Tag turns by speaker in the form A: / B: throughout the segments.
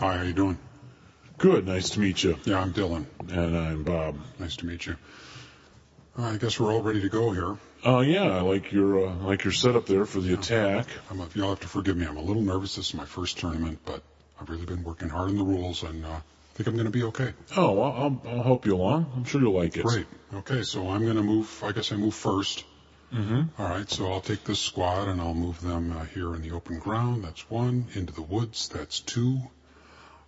A: Hi, how you doing?
B: Good. Nice to meet you.
A: Yeah, I'm Dylan.
B: And I'm Bob.
A: Nice to meet you. Uh, I guess we're all ready to go here.
B: Uh, yeah, I like your uh, like your setup there for the attack.
A: I'm a, you'll have to forgive me. I'm a little nervous. This is my first tournament, but I've really been working hard on the rules, and uh, I think I'm going to be okay.
B: Oh, well, I'll, I'll help you along. I'm sure you'll like it.
A: Great. Okay, so I'm going to move. I guess I move first.
B: Mm-hmm.
A: All right, so I'll take this squad and I'll move them uh, here in the open ground. That's one. Into the woods. That's two.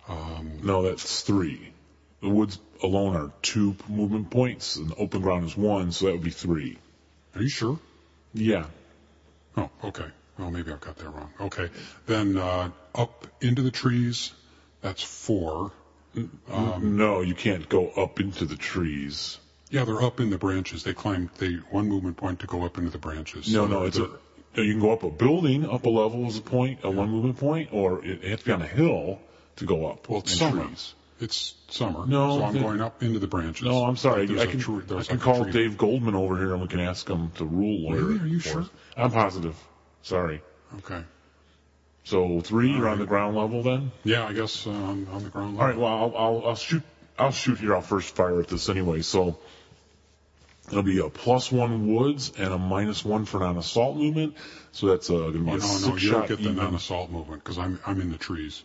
A: Um,
B: No, that's three. The woods alone are two movement points, and the open ground is one, so that would be three.
A: are you sure?
B: Yeah.
A: Oh, okay. Well, maybe I've got that wrong. Okay. Then uh, up into the trees. That's four.
B: Mm-hmm.
A: Um,
B: no, you can't go up into the trees.
A: Yeah, they're up in the branches. They climb. They one movement point to go up into the branches.
B: No,
A: So
B: no, it's a.
A: they're-
B: no, You can go up a building, up a level is a point, a one movement point, or it, it has to be on a hill to go up.
A: Well, it's
B: in
A: summer.
B: trees.
A: It's summer.
B: No,
A: so I'm
B: the-
A: going up into the branches.
B: No, I'm sorry.
A: There's
B: I
A: a
B: can,
A: tree-
B: I
A: there's
B: can
A: like a
B: call
A: tree.
B: Dave Goldman over here and we can ask him to rule lawyer.
A: Really? Are you
B: for
A: sure?
B: us. I'm positive. Sorry.
A: Okay.
B: So 3 you're on the ground level then.
A: Yeah, I guess uh, on, on the ground
B: All right.
A: level.
B: Well, I'll, I'll, I'll shoot. I'll shoot here. I'll first fire at this anyway. So it'll be a plus one woods and a minus one for non-assault movement. So that's uh, going to be
A: Oh,
B: a
A: no,
B: six
A: no, you don't
B: shot.
A: get the
B: even.
A: non-assault movement because I'm I'm in the trees.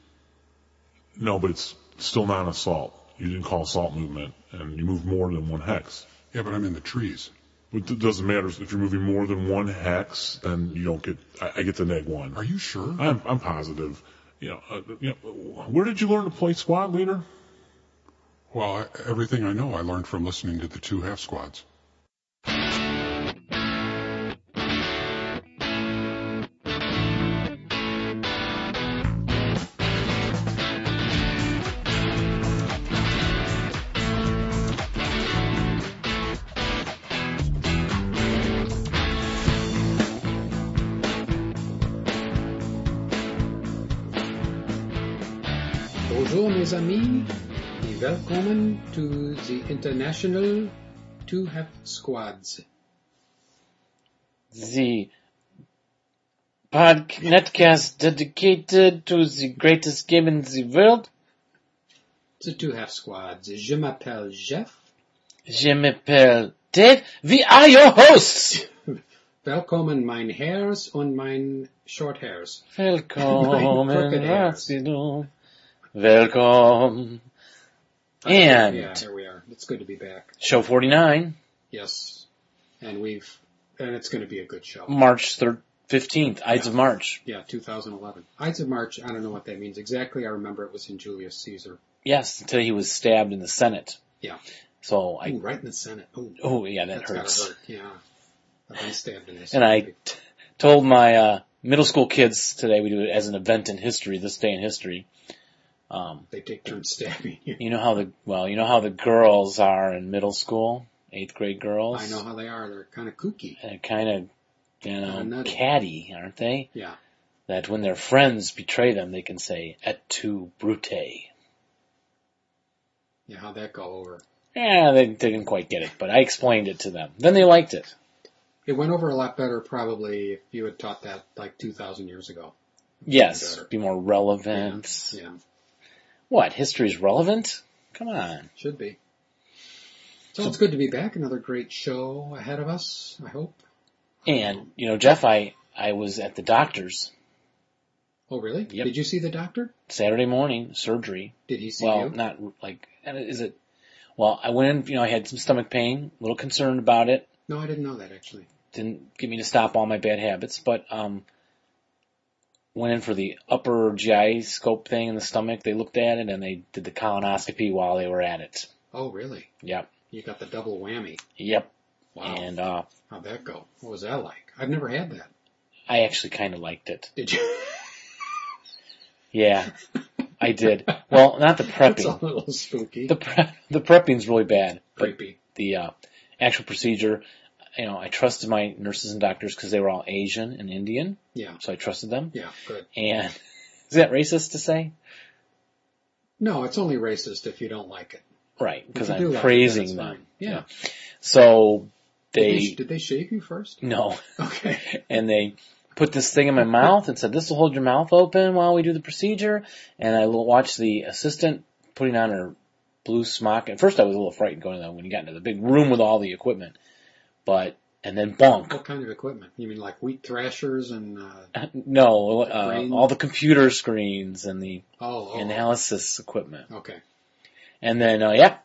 B: no, but it's still non-assault. You didn't call assault movement, and you move more than one hex.
A: Yeah, but I'm in the trees.
B: It d- doesn't matter if you're moving more than one hex, then you don't get. I, I get the neg one.
A: Are you sure?
B: I'm I'm positive. You know, uh, you know, where did you learn to play squad leader?
A: Well, I, everything I know I learned from listening to the two half squads.
C: Bonjour mes amis and welcome to the International Two Half Squads.
D: the pod- netcast dedicated to the greatest game in the world.
C: The Two Half Squads. Je m'appelle Jeff.
D: Je m'appelle Dave. We are your hosts.
C: Welcome mein Hairs und mein Short Hairs.
D: Welcome.
C: Crooked hairs.
D: Welcome. And
C: yeah, here we are. It's good to be back.
D: show 49,
C: Yes. And we've, and it's going to be a good show.
D: March 3rd, 15th, Ides of March.
C: Yeah, 2011. Ides of March, I don't know what that means exactly. I remember it was in Julius Caesar.
D: Yes, until he was stabbed in the Senate.
C: Yeah.
D: So I,
C: Ooh, right in the Senate. Ooh,
D: oh yeah, that
C: that's
D: hurts.
C: gotta hurt. Yeah. I've been stabbed in this.
D: And I t- told my uh, middle school kids today we do it as an event in history, this day in history. Um,
C: They take turns stabbing you.
D: you know how the well, you know how the girls are in middle school, eighth grade girls.
C: I know how they are. They're kind of kooky.
D: They're kind of you
C: Kinda
D: know
C: nutty.
D: catty, aren't they?
C: Yeah.
D: That when their friends betray them, they can say "et tu, brute."
C: Yeah, how'd that go over?
D: Yeah, they didn't quite get it, but I explained it to them. Then they liked it.
C: It went over a lot better probably if you had taught that like 2,000 years ago.
D: Yes,
C: Better.
D: be more relevant.
C: Yeah,
D: What history's relevant? Come on.
C: should be. So it's good to be back. Another great show ahead of us, I hope. Um,
D: And you know, Jeff, I I was at the doctor's
C: Oh, really?
D: Yep.
C: Did you see the doctor?
D: Saturday morning surgery.
C: Did he see
D: Well,
C: you?
D: not like is it? Well, I went in. You know, I had some stomach pain. A little concerned about it.
C: No, I didn't know that actually.
D: Didn't get me to stop all my bad habits, but um, went in for the upper GI scope thing in the stomach. They looked at it and they did the colonoscopy while they were at it.
C: Oh, really?
D: Yep.
C: You got the double whammy.
D: Yep.
C: Wow.
D: And uh,
C: How'd that go? What was that like? I've never had that.
D: I actually kind of liked it.
C: Did you?
D: Yeah, I did. Well, not the
C: That's a
D: prepping.
C: little spooky.
D: The prep, the prepping's really bad. but
C: Creepy.
D: the uh, actual procedure, you know, I trusted my nurses and doctors because they were all Asian and Indian,
C: Yeah.
D: so I trusted them.
C: Yeah, good.
D: And is that racist to say?
C: No, it's only racist if you don't like it.
D: Right,
C: If
D: because
C: you do
D: I'm
C: like it,
D: praising
C: that's
D: them.
C: fine. Yeah.
D: So
C: Did they,
D: they
C: did they shave you first?
D: no,
C: Okay.
D: and they put this thing in my mouth and said, "This will hold your mouth open while we do the procedure." And I l- watched the assistant putting on her blue smock. At first, I was a little frightened going in when you got into the big room with all the equipment, but and then bunk.
C: What kind of equipment? You mean like wheat thrashers and, uh,
D: No, uh,
C: Brain-
D: all the computer screens and the
C: oh, oh,
D: analysis equipment.
C: okay.
D: And then, uh, yeah,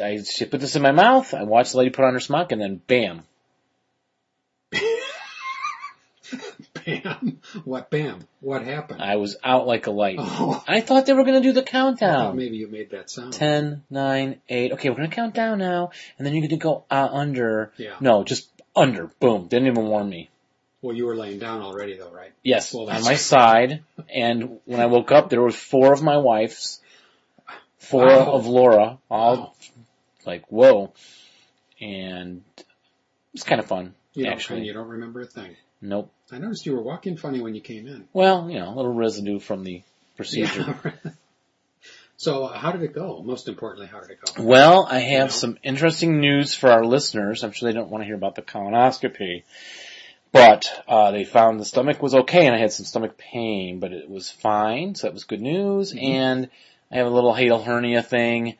D: I she put this in my mouth. I watched the lady put on her smock, and then bam,
C: Bam. What, bam? What happened?
D: I was out like a light.
C: oh,
D: I thought they were gonna do the
C: I
D: countdown.
C: thought maybe you made that sound.
D: Ten, nine, eight. Okay, we're gonna count down now, and then you're gonna go uh, under.
C: Yeah.
D: No, just under. Boom. Didn't even warn me.
C: Well, you were laying down already though, right?
D: Yes,
C: Well,
D: on
C: that's-
D: my side. And when I woke up, there was four of my wife's, four
C: Wow.
D: of Laura, all
C: Wow.
D: like whoa, and it was kind of fun
C: You don't,
D: actually.
C: and you don't remember a thing.
D: Nope.
C: I noticed you were walking funny when you came in.
D: Well, you know, a little residue from the procedure.
C: Yeah. so uh, how did it go? Most importantly, how did it go?
D: Well, I have
C: know?
D: some interesting news for our listeners. I'm sure they don't want to hear about the colonoscopy, but uh, they found the stomach was okay, and I had some stomach pain, but it was fine, so that was good news.
C: Mm-hmm.
D: And I have a little hiatal hernia thing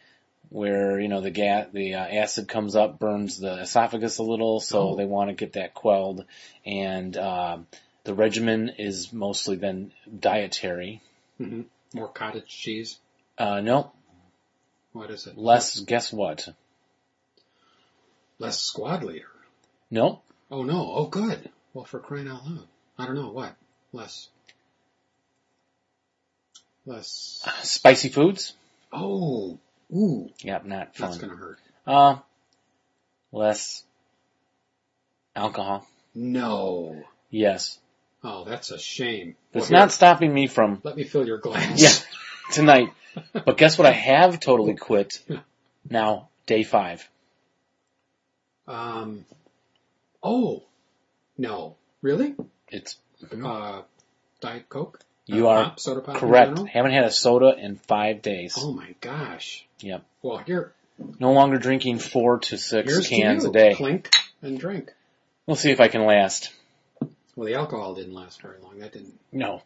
D: where you know the ga- the uh, acid comes up, burns the esophagus a little, so
C: Oh.
D: they want to get that quelled. And um the regimen is mostly then dietary.
C: hmm More cottage cheese.
D: Uh, no,
C: What is it?
D: less. Guess what?
C: Less squad leader.
D: No,
C: Oh no. Oh good. Well, for crying out loud. I don't know what. Less. Less.
D: spicy foods.
C: Oh. Ooh.
D: Yep, not
C: That's
D: fun.
C: gonna hurt.
D: Uh, less alcohol.
C: No.
D: Yes.
C: Oh, that's a shame.
D: But it's
C: Well,
D: not
C: here,
D: stopping me from,
C: Let me fill your glass.
D: yeah, tonight. But guess what? I have totally quit now, day five.
C: Um. Oh. No. Really?
D: It's,
C: Uh, Diet Coke.
D: you
C: Uh,
D: are
C: pop, soda pop in
D: correct.
C: general?
D: Haven't had a soda in five days.
C: Oh my gosh.
D: Yep.
C: Well, here,
D: No longer drinking four to six
C: here's
D: cans
C: to you.
D: a day.
C: Clink and drink.
D: We'll see if I can last.
C: Well, the alcohol didn't last very long. That didn't,
D: No.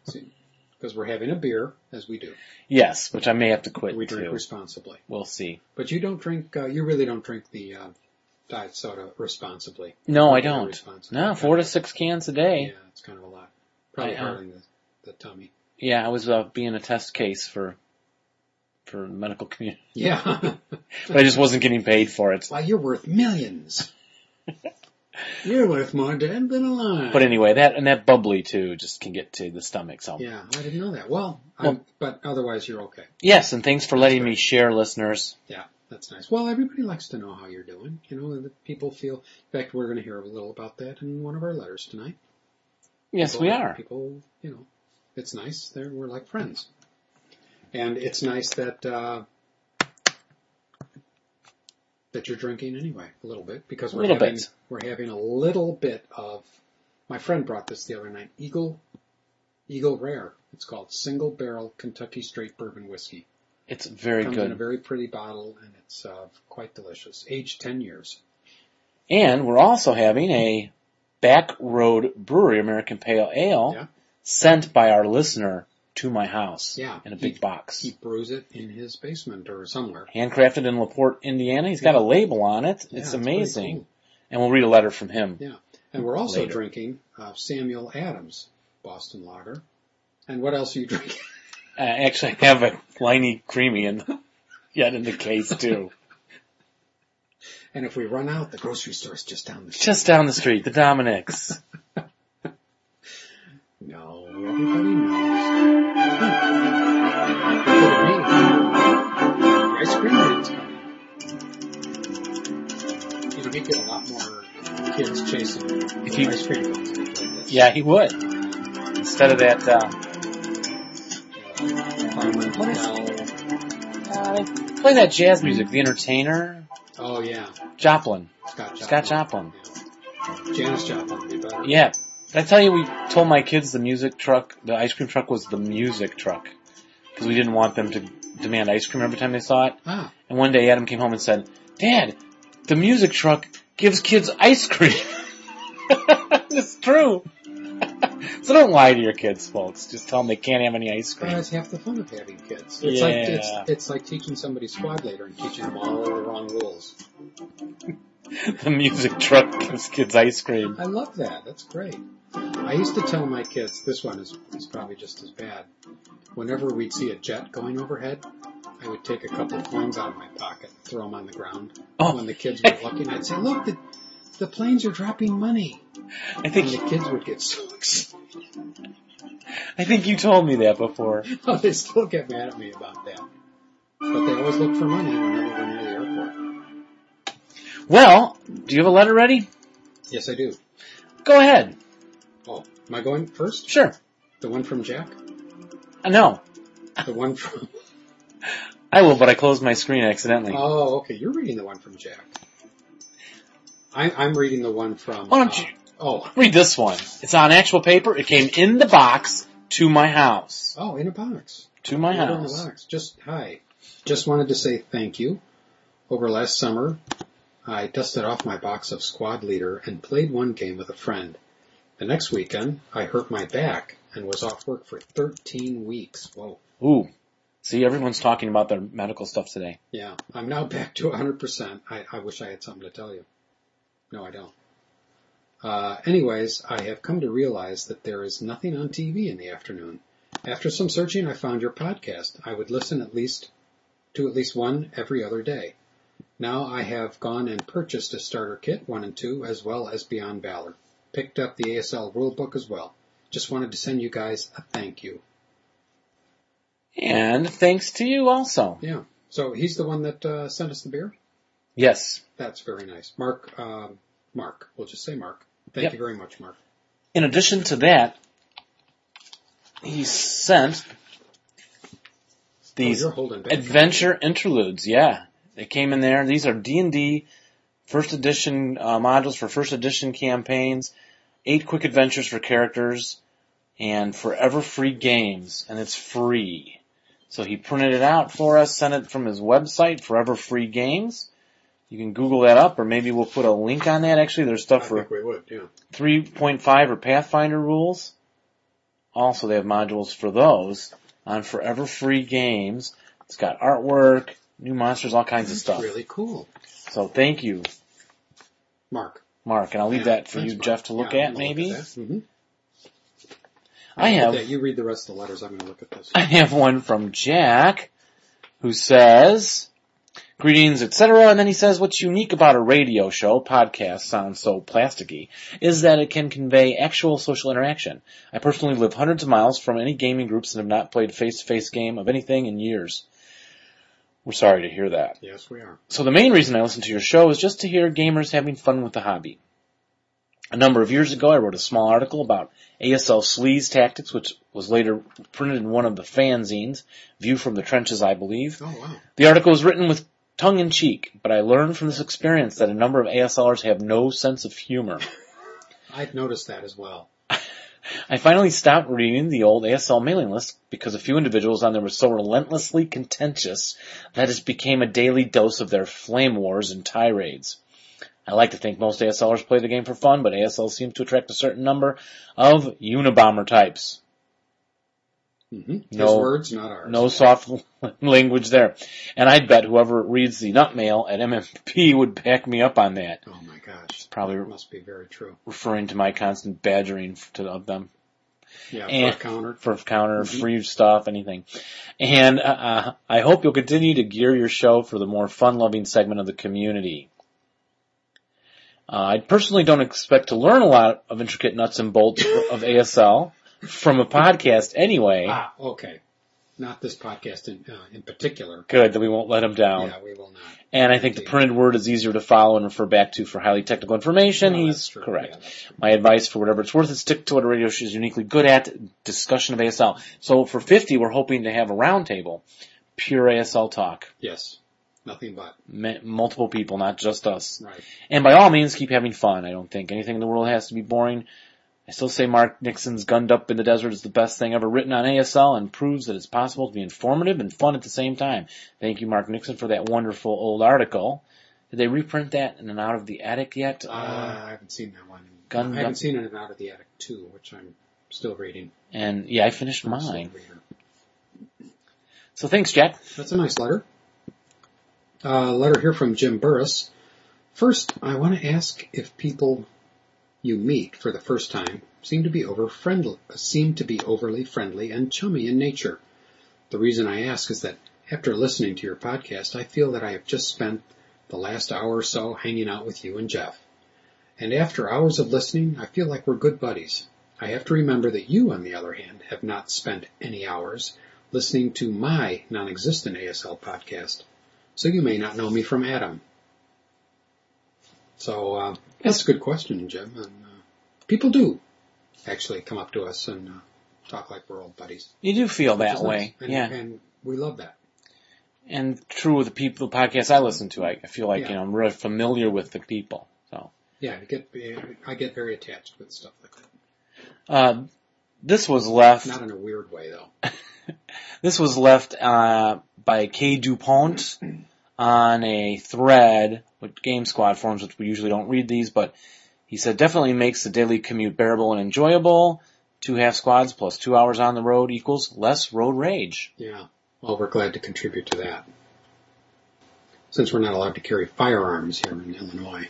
C: because we're having a beer as we do.
D: Yes, which I may have to quit
C: We drink
D: too.
C: responsibly.
D: We'll see.
C: But you don't drink. Uh, you really don't drink the uh, diet soda responsibly.
D: No, I
C: You're
D: don't.
C: responsible.
D: No, four to six cans a
C: Yeah,
D: day.
C: it's kind of a lot. Probably
D: I, uh,
C: hurting the, the tummy.
D: Yeah, I was uh, being a test case for for the medical community,
C: Yeah.
D: but I just wasn't getting paid for it.
C: Why you're worth millions. you're worth more dead than alive.
D: But anyway, that and that bubbly too just can get to the stomach. So
C: yeah, I didn't know that. Well, I'm,
D: Well-
C: but otherwise you're okay.
D: yes, and thanks for letting me share, listeners.
C: Yeah, that's nice. Well, everybody likes to know how you're doing. You know, the people feel. In fact, we're going to hear a little about that in one of our letters tonight.
D: Yes, we
C: People-
D: are.
C: People, you know, it's nice. They're, we're like friends, and it's nice that uh, that you're drinking anyway, a little bit, because we're
D: Little
C: having
D: bit.
C: we're having a little bit of. My friend brought this the other night. Eagle, Eagle Rare. It's called Single Barrel Kentucky Straight Bourbon Whiskey.
D: It's very
C: comes in a
D: good,
C: very pretty bottle and it's uh, quite delicious. Aged 10 years.
D: and we're also having a Back Road Brewery American Pale Ale
C: Yeah.
D: sent by our listener to my house
C: Yeah.
D: in a big
C: He-
D: box,
C: He brews it in his basement or somewhere.
D: handcrafted in Laporte, Indiana. He's got a label on it.
C: Yeah,
D: it's
C: pretty
D: amazing,
C: cool.
D: and we'll read a letter from him.
C: Yeah. And we're also
D: Later.
C: drinking uh, Samuel Adams Boston Lager. And what else are you drinking?
D: Uh, actually, I have a liney creamy in yet in the case too.
C: And if we run out, the grocery store is just down the street.
D: Just down the street, the Dominics.
C: No, everybody knows. Look at me. Ice cream man's coming. You know, he'd get a lot more kids chasing
D: If you,
C: ice cream cones. if he played this.
D: yeah, he would. Instead of that, uh,
C: What is
D: uh, play that jazz music, The Entertainer,
C: Oh yeah,
D: Joplin,
C: Scott Joplin.
D: Scott Joplin.
C: Yeah. Janis Joplin would be better.
D: Yeah, did I tell you we told my kids the music truck, the ice cream truck was the music truck because we didn't want them to demand ice cream every time they saw it.
C: Ah,
D: And one day Adam came home and said, "Dad, the music truck gives kids ice cream." it's true. So don't lie to your kids, folks. Just tell them they can't have any ice
C: But
D: cream.
C: that's half the fun of having kids. It's like it's
D: Yeah.
C: it's like teaching somebody squad later and teaching them all the wrong rules.
D: The music truck gives kids ice cream.
C: I love that. That's great. I used to tell my kids this one is, is probably just as bad. Whenever we'd see a jet going overhead, I would take a couple of coins out of my pocket, throw them on the ground.
D: Oh.
C: When the kids were looking, I'd say, "Look, the the planes are dropping money,"
D: I
C: and
D: think
C: the kids would get so excited.
D: I think you told me that before.
C: Oh, they still get mad at me about that. But they always look for money whenever we're near the airport.
D: Well, do you have a letter ready?
C: Yes, I do.
D: Go ahead.
C: Oh, am I going first?
D: Sure.
C: The one from Jack?
D: Uh, No,
C: The one from.
D: I will, but I closed my screen accidentally.
C: Oh, okay. You're reading the one from Jack. I, I'm reading the one from.
D: Why don't you-
C: oh,
D: Read this one. It's on actual paper. It came in the box to my house.
C: oh, in a box.
D: To my
C: Put it in a
D: house.
C: box. Just hi. Just wanted to say thank you. Over last summer, I dusted off my box of squad leader and played one game with a friend. The next weekend, I hurt my back and was off work for 13 weeks. Whoa.
D: Ooh. See, everyone's talking about their medical stuff today.
C: Yeah, I'm now back to 100%. I, I wish I had something to tell you. No, I don't. Uh, anyways, I have come to realize that there is nothing on TV in the afternoon. After some searching, I found your podcast. I would listen at least to at least one every other day. Now I have gone and purchased a starter kit, one and two, as well as Beyond Valor. Picked up the ASL rulebook as well. Just wanted to send you guys a thank you.
D: And thanks to you also.
C: Yeah. So he's the one that uh, sent us the beer.
D: Yes.
C: That's very nice. Mark, um, Mark, we'll just say Mark. Thank
D: Yep.
C: you very much, Mark. Oh,
D: In addition to that, he sent
C: Oh,
D: these
C: you're holding back.
D: adventure interludes. Yeah, they came in there. These are D and D first edition uh, modules for first edition campaigns. Eight quick adventures for characters, and forever free games, and it's free. So he printed it out for us, sent it from his website, Forever Free Games. You can Google that up, or maybe we'll put a link on that. Actually, there's
C: I
D: stuff for
C: think we would, yeah.
D: 3.5 or Pathfinder rules. Also, they have modules for those on Forever Free Games. It's got artwork, new monsters, all kinds of
C: That's
D: stuff.
C: really cool.
D: So thank you,
C: Mark.
D: Mark, and I'll leave that for you, Jeff, to look at maybe.
C: hmm
D: I have,
C: you read the rest of the letters. I'm going to look at this.
D: I have one from Jack who says, greetings, etc. And then he says, what's unique about a radio show, podcast sounds so plasticky, is that it can convey actual social interaction. I personally live hundreds of miles from any gaming groups and have not played face-to-face game of anything in years. We're sorry to hear that.
C: Yes, we are.
D: So the main reason I listen to your show is just to hear gamers having fun with the hobby. A number of years ago, I wrote a small article about ASL sleaze tactics, which was later printed in one of the fanzines, View from the Trenches, I believe.
C: Oh, wow.
D: The article was written with tongue in cheek, but I learned from this experience that a number of ASLers have no sense of humor.
C: I've noticed that as well.
D: I finally stopped reading the old ASL mailing list because a few individuals on there were so relentlessly contentious that it became a daily dose of their flame wars and tirades. I like to think most ASLers play the game for fun, but ASL seems to attract a certain number of Unabomber types.
C: hmm His
D: No.
C: words, not ours.
D: No soft language there. And I bet whoever reads the nut mail at MMP would back me up on that.
C: Oh, my gosh.
D: Probably
C: That must be very true.
D: referring to my constant badgering to, of them.
C: Yeah,
D: And-
C: for a counter.
D: for counter
C: Mm-hmm.
D: free stuff, anything. And uh, I hope you'll continue to gear your show for the more fun-loving segment of the community. Uh, I personally don't expect to learn a lot of intricate nuts and bolts of ASL from a podcast anyway.
C: Ah, okay. Not this podcast in, uh, in particular.
D: Good that we won't let them down.
C: Yeah, we will not.
D: and I think the printed word is easier to follow and refer back to for highly technical information.
C: No, that's
D: He's
C: true.
D: correct.
C: Yeah, that's true.
D: My advice for whatever it's worth is stick to what a radio show is uniquely good at, discussion of ASL. So for 50, we're hoping to have a roundtable. Pure ASL talk.
C: Yes. Nothing but.
D: M- multiple people, not just us.
C: Right.
D: And by all means, keep having fun. I don't think anything in the world has to be boring. I still say Mark Nixon's Gunned Up in the Desert is the best thing ever written on ASL and proves that it's possible to be informative and fun at the same time. Thank you, Mark Nixon, for that wonderful old article. Did they reprint that in and out of the attic yet?
C: Uh, I haven't seen that one.
D: Gundam.
C: I haven't seen it in Out of the Attic 2, which I'm still reading.
D: And yeah, I finished
C: I'm a slow
D: mine.
C: reader.
D: So thanks, Jack.
C: That's a nice letter. Uh, letter here from Jim Burris. First, I want to ask if people you meet for the first time seem to be over friendly, seem to be overly friendly and chummy in nature. The reason I ask is that after listening to your podcast, I feel that I have just spent the last hour or so hanging out with you and Jeff. And after hours of listening, I feel like we're good buddies. I have to remember that you, on the other hand, have not spent any hours listening to my non-existent ASL podcast, so you may not know me from Adam. So uh, that's a good question, Jim. And uh, people do actually come up to us and uh, talk like we're old buddies.
D: You do feel
C: which
D: that
C: is
D: way.
C: nice. And,
D: yeah.
C: and we love that.
D: and true with the people, the podcasts I listen to, I, I feel like,
C: Yeah.
D: you know, I'm really familiar with the people. So,
C: Yeah, I get I get very attached with stuff like that.
D: uh, this was left,
C: Not in a weird way though.
D: this was left, uh, by Kay DuPont on a thread with Game Squad forums, which we usually don't read these, but he said definitely makes the daily commute bearable and enjoyable. Two half squads plus two hours on the road equals less road rage.
C: Yeah. Well, we're glad to contribute to that. Since we're not allowed to carry firearms here in Illinois.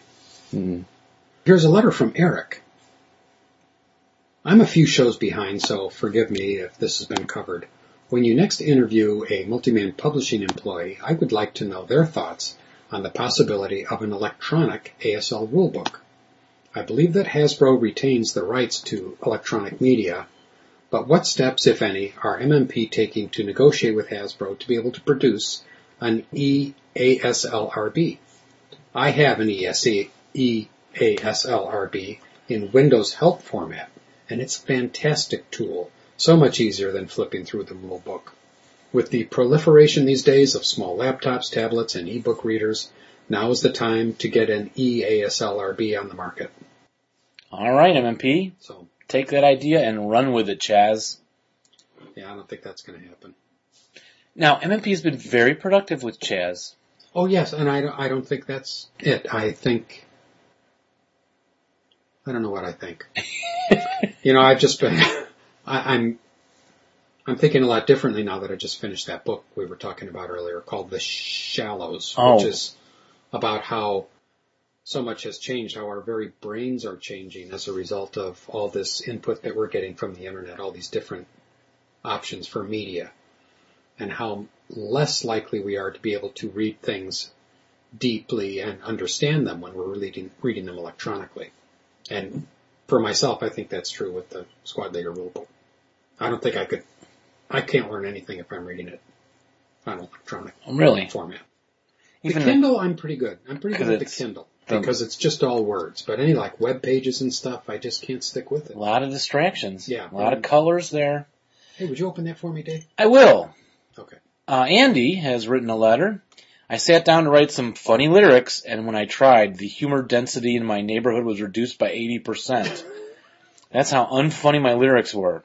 C: Here's a letter from Eric. I'm a few shows behind, so forgive me if this has been covered. When you next interview a multi-man publishing employee, I would like to know their thoughts on the possibility of an electronic ASL rulebook. I believe that Hasbro retains the rights to electronic media, but what steps, if any, are MMP taking to negotiate with Hasbro to be able to produce an E EASLRB? I have an E ESE, E EASLRB in Windows Help format, and it's a fantastic tool, so much easier than flipping through the rule book. With the proliferation these days of small laptops, tablets, and ebook readers, now is the time to get an E EASLRB on the market.
D: Alright, MMP.
C: So,
D: Take that idea and run with it, Chaz.
C: yeah, I don't think that's going to happen.
D: Now, MMP has been very productive with Chaz.
C: Oh yes, and I don't, I don't think that's it. I think I don't know what I think. you know, I've just been I, I'm I'm thinking a lot differently now that I just finished that book we were talking about earlier called The Shallows, which
D: Oh.
C: is about how so much has changed, how our very brains are changing as a result of all this input that we're getting from the internet, all these different options for media, and how less likely we are to be able to read things deeply and understand them when we're reading, reading them electronically. And for myself, I think that's true with the squad leader rulebook. I don't think I could, I can't learn anything if I'm reading it on electronic
D: Really?
C: format. The
D: Even the-
C: Kindle, I'm pretty good. I'm pretty good
D: 'Cause
C: with the
D: it's
C: Kindle
D: the-
C: because it's just all words. But any like web pages and stuff, I just can't stick with it.
D: A lot of distractions.
C: Yeah.
D: A lot of colors there.
C: Hey, would you open that for me, Dave?
D: I will.
C: Okay.
D: Uh, Andy has written a letter. I sat down to write some funny lyrics, and when I tried, the humor density in my neighborhood was reduced by 80%. That's how unfunny my lyrics were.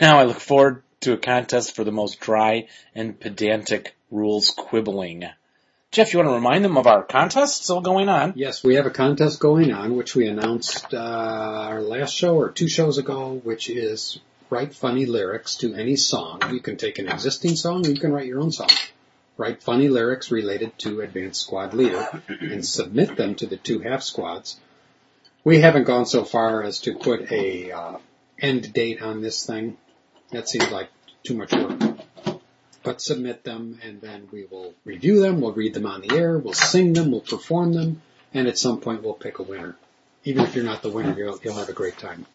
D: Now I look forward to a contest for the most dry and pedantic rules quibbling. Jeff, you want to remind them of our contest still going on?
C: Yes, we have a contest going on, which we announced uh, our last show or two shows ago, which is write funny lyrics to any song. You can take an existing song, you can write your own song. Write funny lyrics related to Advanced Squad Leader and submit them to the two half squads. We haven't gone so far as to put a uh, end date on this thing. That seems like too much work. But submit them and then we will review them, we'll read them on the air, we'll sing them, we'll perform them, and at some point we'll pick a winner. Even if you're not the winner, you'll, you'll have a great time.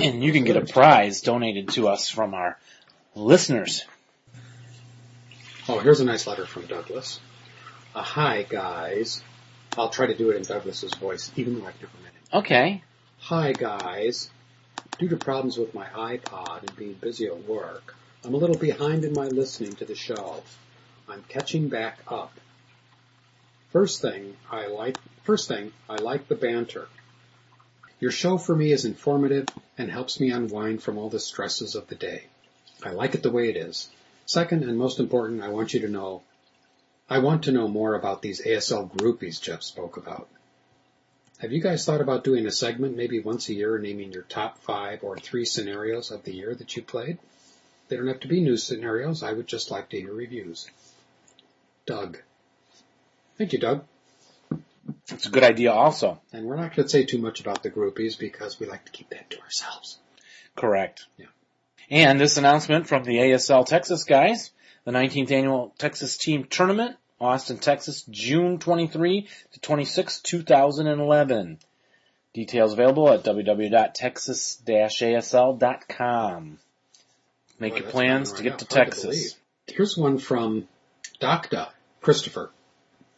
D: And you can get a prize donated to us from our listeners.
C: Oh, here's a nice letter from Douglas. Uh, hi guys. I'll try to do it in Douglas's voice, even though I've never met him.
D: Okay.
C: Hi guys. Due to problems with my iPod and being busy at work, I'm a little behind in my listening to the show. I'm catching back up. First thing I like, first thing, I like the banter. Your show for me is informative and helps me unwind from all the stresses of the day. I like it the way it is. Second and most important, I want you to know, I want to know more about these ASL groupies Jeff spoke about. Have you guys thought about doing a segment maybe once a year naming your top five or three scenarios of the year that you played? They don't have to be new scenarios. I would just like to hear reviews. Doug. Thank you, Doug.
D: It's a good idea also.
C: And we're not going to say too much about the groupies because we like to keep that to ourselves.
D: Correct.
C: Yeah.
D: And this announcement from the ASL Texas guys, the 19th annual Texas team tournament, Austin, Texas, June 23 to 26, 2011. Details available at www.texas-asl.com. Um, Make
C: Boy,
D: your
C: that's
D: plans to
C: running
D: get
C: right
D: to
C: up. Hard to
D: Texas.
C: believe. Here's one from Docta, Christopher.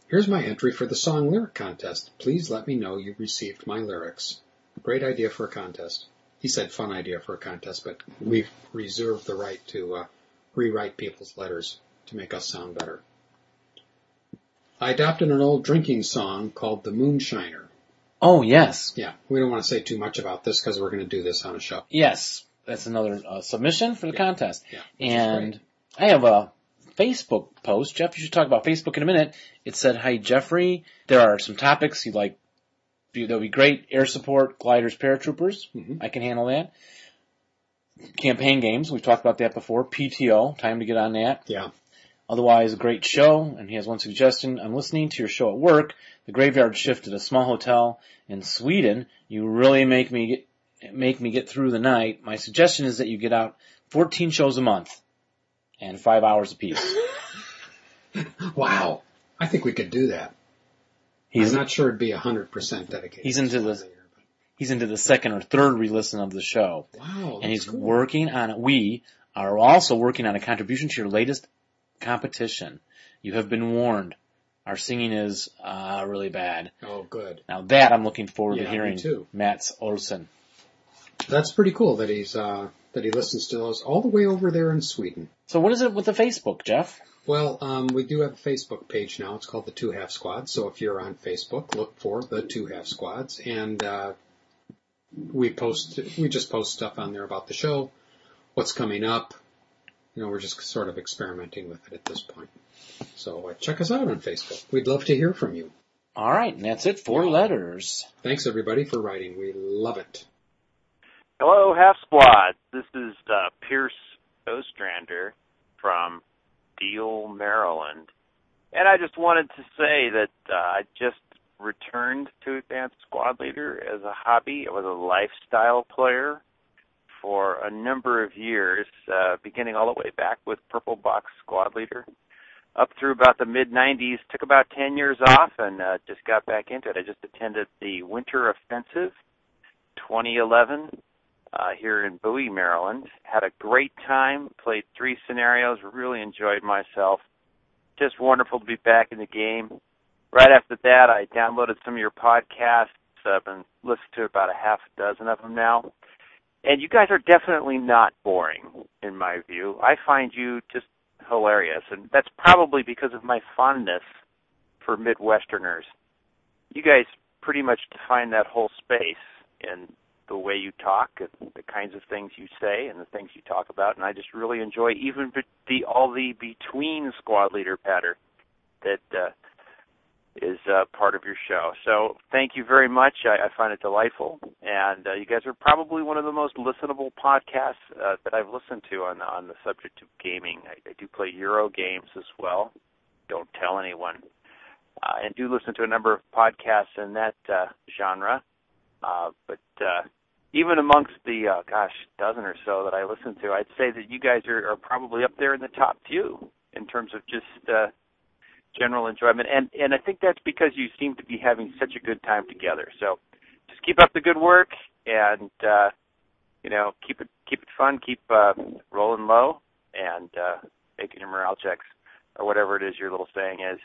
C: Here's my entry for the song lyric contest. Please let me know you received my lyrics. Great idea for a contest. He said fun idea for a contest, but we've reserved the right to uh, rewrite people's letters to make us sound better. I adopted an old drinking song called The Moonshiner.
D: Oh yes.
C: Yeah, we don't want to say too much about this because we're going to do this on a show.
D: Yes. That's another uh, submission for the contest.
C: Yeah, which is
D: And I have a Facebook post. Jeff, you should talk about Facebook in a minute. It said, "Hi Jeffrey, there are some topics you'd like. That would be great. Air support, gliders, paratroopers.
C: Mhm.
D: I can handle that. Campaign games. We've talked about that before. PTO. Time to get on that.
C: Yeah,
D: Otherwise, a great show. And he has one suggestion. I'm listening to your show at work. The graveyard shift at a small hotel in Sweden. You really make me get, make me get through the night. My suggestion is that you get out 14 shows a month and five hours apiece.
C: wow. I think we could do that.
D: He's
C: I'm not sure it'd be hundred percent dedicated.
D: He's into
C: Something
D: the-
C: there,
D: he's into the second or third re-listen of the show,
C: but- Wow.
D: and
C: that's
D: he's
C: cool.
D: working on it. We are also working on a contribution to your latest competition. You have been warned. Our singing is uh, really bad.
C: Oh, good.
D: Now that I'm looking forward
C: Yeah,
D: to
C: me
D: hearing
C: too.
D: Matt's Olson.
C: That's pretty cool that he's uh, that he listens to those all the way over there in Sweden.
D: So what is it with the Facebook, Jeff?
C: Well, um, we do have a Facebook page now. It's called the Two Half Squad. So if you're on Facebook, look for the Two Half Squads, and uh, we post we just post stuff on there about the show, what's coming up. You know, we're just sort of experimenting with it at this point. So uh, check us out on Facebook. We'd love to hear from you.
D: All right, and that's it. Four letters.
C: Thanks everybody for writing. We love it.
E: Hello, Half Squad. This is uh, Pierce Ostrander from Deal, Maryland. And I just wanted to say that uh, I just returned to Advanced Squad Leader as a hobby. I was a lifestyle player for a number of years, uh, beginning all the way back with Purple Box Squad Leader. Up through about the mid 90s, took about 10 years off and uh, just got back into it. I just attended the Winter Offensive 2011 uh, here in Bowie, Maryland. Had a great time, played three scenarios, really enjoyed myself. Just wonderful to be back in the game. Right after that, I downloaded some of your podcasts. I've been listening to about a half dozen of them now. And you guys are definitely not boring, in my view. I find you just hilarious, and that's probably because of my fondness for Midwesterners. You guys pretty much define that whole space, and the way you talk and the kinds of things you say and the things you talk about and I just really enjoy even be- the all the between squad leader patter that uh is uh part of your show. So thank you very much. I, I find it delightful and uh, you guys are probably one of the most listenable podcasts uh, that I've listened to on on the subject of gaming. I, I do play Euro games as well. Don't tell anyone. Uh, and do listen to a number of podcasts in that uh, genre. Uh, but uh, even amongst the uh, gosh dozen or so that I listen to, I'd say that you guys are, are probably up there in the top few in terms of just uh, general enjoyment. And and I think that's because you seem to be having such a good time together. So just keep up the good work, and uh, you know keep it keep it fun, keep uh, rolling low, and uh, making your morale checks or whatever it is your little saying is.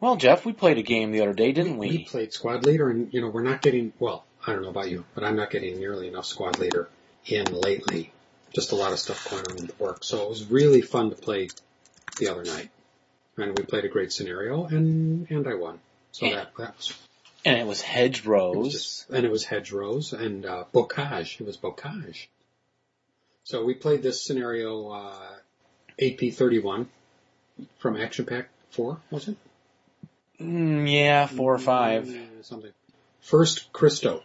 D: Well, Jeff, we played a game the other day, didn't we?
C: We played squad leader, and you know we're not getting well. I don't know about you, but I'm not getting nearly enough squad leader in lately. Just a lot of stuff going on with work, so it was really fun to play the other night, and we played a great scenario, and and I won. So that that was,
D: And it was
C: it
D: hedgerows.
C: was just, and it was hedgerows and uh, bocage. It was bocage. So we played this scenario uh, AP31 from Action Pack Four, was it?
D: Mm, yeah, four or five.
C: Mm, Something. First, Christo.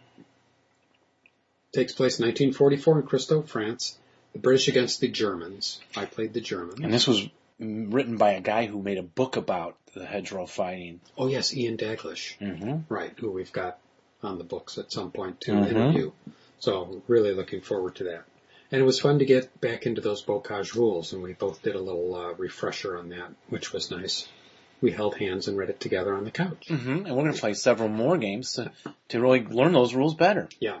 C: Takes place 1944 in Christo, France. The British against the Germans. I played the
D: And
C: Germans.
D: this was mm, written by a guy who made a book about the hedgerow fighting.
C: Oh yes, Ian Daglish.
D: Mm-hmm.
C: Right, who we've got on the books at some point to
D: Mhm.
C: interview. So really looking forward to that. And it was fun to get back into those Bocage rules, and we both did a little uh, refresher on that, which was nice. We held hands and read it together on the couch.
D: Mm-hmm. And we're going to play several more games to, to really learn those rules better.
C: Yeah.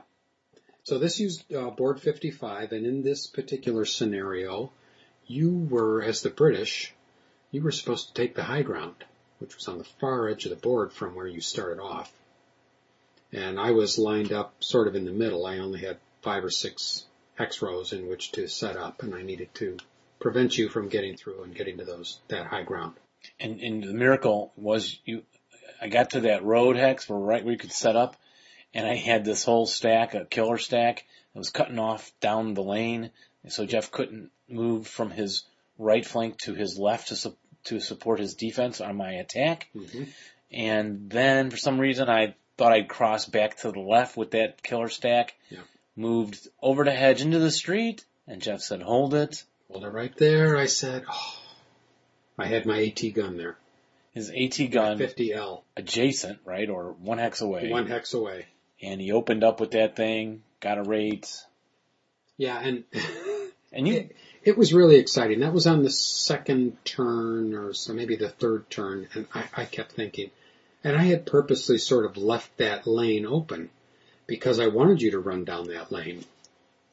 C: So this used uh, board 55, and in this particular scenario, you were, as the British, you were supposed to take the high ground, which was on the far edge of the board from where you started off. And I was lined up sort of in the middle. I only had five or six hex rows in which to set up, and I needed to prevent you from getting through and getting to those that high ground.
D: And, and the miracle was you, I got to that road hex where right where you could set up and I had this whole stack, a killer stack that was cutting off down the lane. And so Jeff couldn't move from his right flank to his left to, su- to support his defense on my attack.
C: Mm-hmm.
D: And then for some reason I thought I'd cross back to the left with that killer stack,
C: Yeah.
D: moved over the hedge into the street and Jeff said, hold it.
C: Hold it right there. I said, oh, I had my AT gun there,
D: His AT gun
C: 50L,
D: adjacent, right? Or one hex away.
C: one hex away.
D: and he opened up with that thing, got a rate,
C: Yeah, and
D: and you
C: it was really exciting. That was on the second turn or so maybe the third turn, and I, I kept thinking, and I had purposely sort of left that lane open because I wanted you to run down that lane.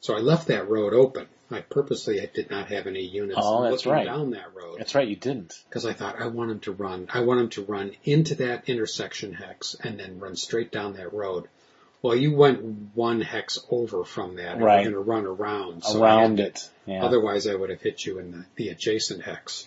C: So I left that road open. I purposely I did not have any units
D: Oh, that's
C: looking
D: right.
C: down that road
D: that's right, you didn't.
C: because I thought I want him to run. I want him to run into that intersection hex and then run straight down that road. Well, you went one hex over from that. and
D: Right.
C: You're going to run around. so I
D: Around
C: had-
D: it, yeah.
C: Otherwise, I would have hit you in the, the adjacent hex.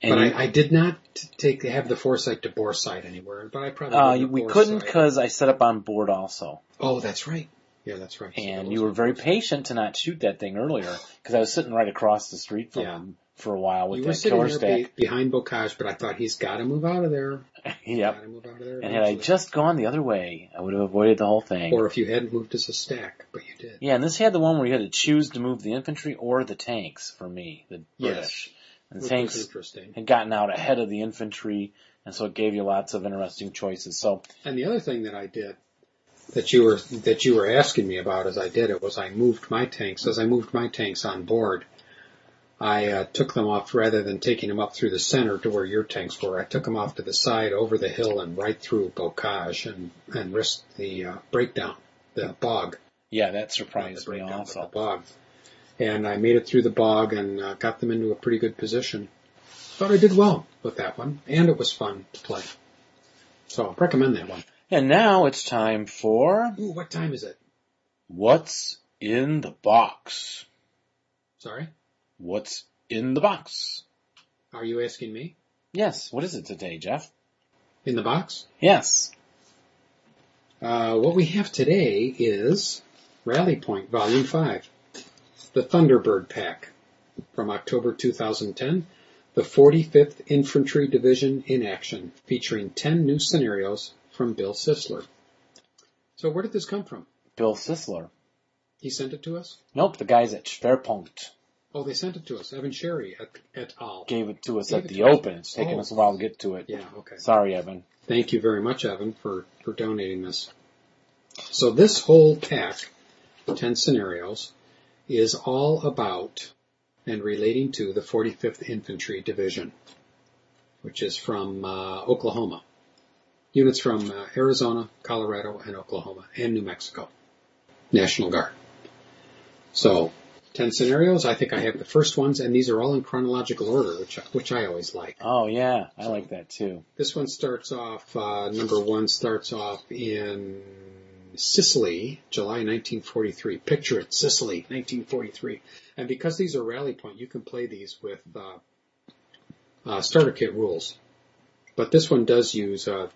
D: and
C: but
D: you-
C: I, I did not t- take have the foresight to bore sight anywhere. But I probably
D: uh,
C: would
D: you-
C: have
D: we
C: bore
D: couldn't
C: sight.
D: because I set up on board also,
C: Oh, that's right. Yeah, that's right. So that
D: and
C: was
D: you were
C: my
D: very
C: foresight.
D: patient to not shoot that thing earlier because I was sitting right across the street from
C: Yeah.
D: him for a while with
C: You were
D: that
C: sitting
D: killer
C: there be,
D: stack.
C: behind Bocage, but I thought he's got to move out of there. Got
D: yep.
C: to move out of there.
D: And had I
C: eventually.
D: just gone the other way, I would have avoided the whole thing.
C: or if you hadn't moved as a stack, but you did.
D: yeah, and this had the one where you had to choose to move the infantry or the tanks for me, the
C: Yes.
D: British. And
C: Which
D: tanks
C: was interesting.
D: had gotten out ahead of the infantry, and so it gave you lots of interesting choices. So
C: And the other thing that I did that you were that you were asking me about as I did it was I moved my tanks as I moved my tanks on board. I uh, took them off rather than taking them up through the center to where your tanks were. I took them off to the side, over the hill, and right through Bocage, and and risked the uh, breakdown, the bog.
D: yeah, that
C: not the
D: surprised me
C: breakdown, but the
D: also.
C: bog. And I made it through the bog and uh, got them into a pretty good position. Thought I did well with that one, and it was fun to play. So I recommend that one.
D: And now it's time for
C: Ooh, what time is it?
D: what's in the box?
C: Sorry?
D: What's in the box?
C: Are you asking me?
D: Yes. What is it today, Jeff?
C: In the box?
D: Yes.
C: Uh, what we have today is Rally Point Volume 5, the Thunderbird Pack from October 2010, the 45th Infantry Division in Action, featuring 10 new scenarios from Bill Sisler. So where did this come from?
D: Bill Sisler.
C: He sent it to us?
D: Nope, the guys at Schwerpunkt
C: Oh, they sent it to us. Evan Sherry et, et al.
D: gave it to us
C: Oh. Gave
D: at
C: it
D: the
C: to us.
D: open. It's taken
C: Oh.
D: us a while to get to it.
C: Yeah, okay.
D: Sorry, Evan.
C: Thank you very much, Evan, for, for donating this. So this whole pack, 10 scenarios, is all about and relating to the 45th Infantry Division, which is from uh, Oklahoma. Units from uh, Arizona, Colorado, and Oklahoma, and New Mexico. National Guard. So, 10 scenarios. I think I have the first ones, and these are all in chronological order, which, which I always like.
D: Oh yeah, I like that too.
C: This one starts off, uh, number one starts off in Sicily, July 1943. Picture it, Sicily, 1943. And because these are rally point, you can play these with uh, uh, starter kit rules. But this one does use uh,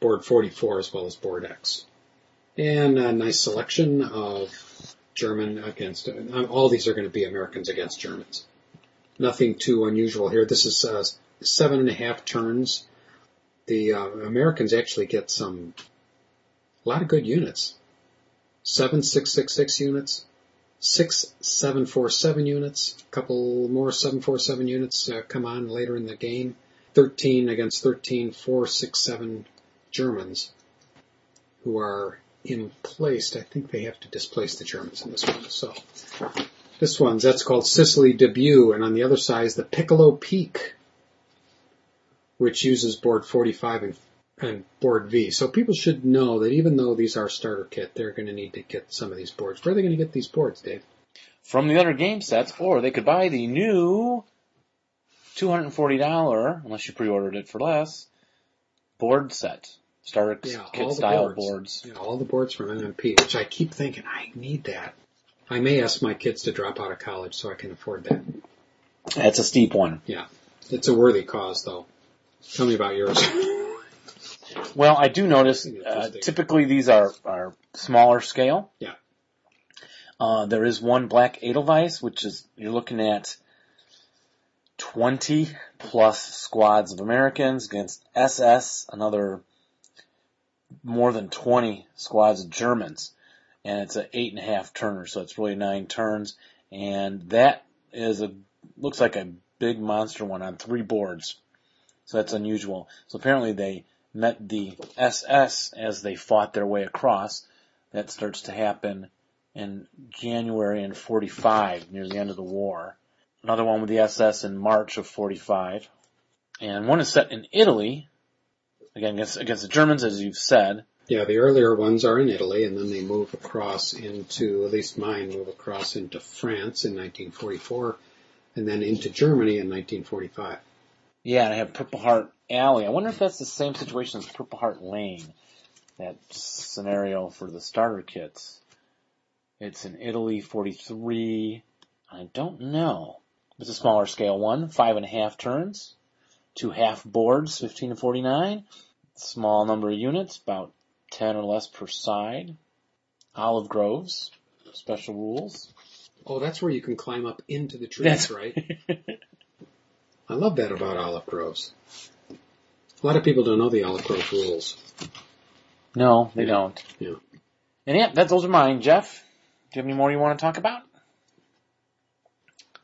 C: board 44 as well as board X. And a nice selection of German against, uh, all these are going to be Americans against Germans. Nothing too unusual here. This is uh, seven and a half turns the uh, Americans actually get some A lot of good units. 7666 units, six 747 units, a couple more 747 units uh, come on later in the game. 13 against 13, 4, 6, 7 Germans who are in placed. I think they have to displace the Germans in this one. So this one's, that's called Sicily Debut. And on the other side is the Piccolo Peak, which uses board 45 and and board V. So people should know that even though these are starter kit, they're going to need to get some of these boards. Where are they going to get these boards, Dave?
D: From the other game sets, or they could buy the new $240, unless you pre-ordered it for less, board set. Starter
C: Yeah, all
D: kit
C: the
D: style
C: boards.
D: boards.
C: Yeah, all the boards from MMP, which I keep thinking I need that. I may ask my kids to drop out of college so I can afford that.
D: That's a steep one.
C: Yeah, it's a worthy cause though. Tell me about yours.
D: Well, I do notice
C: Yeah,
D: uh,
C: interesting.
D: typically these are, are smaller scale.
C: Yeah.
D: Uh, there is one black Edelweiss, which is you're looking at 20 plus squads of Americans against SS, another more than 20 squads of Germans, and it's an eight and a half turner, so it's really nine turns, and that is a looks like a big monster one on three boards, so that's unusual. So apparently they met the SS as they fought their way across. That starts to happen in January in 45, near the end of the war. Another one with the SS in March of 45. And one is set in Italy, again against, against the Germans, as you've said.
C: yeah, the earlier ones are in Italy, and then they move across into at least mine move across into France in 1944, and then into Germany in 1945.
D: Yeah, and I have Purple Heart Alley. I wonder if that's the same situation as Purple Heart Lane, that scenario for the starter kits. It's in Italy, 43. I don't know. It's a smaller scale one, five and a half turns, two half boards, 15 to 49. Small number of units, about 10 or less per side. Olive groves, special rules.
C: Oh, that's where you can climb up into the trees, right? I love that about olive groves. A lot of people don't know the olive grove rules.
D: no, they don't.
C: Yeah.
D: And yeah, that, those are mine. Jeff, do you have any more you want to talk about?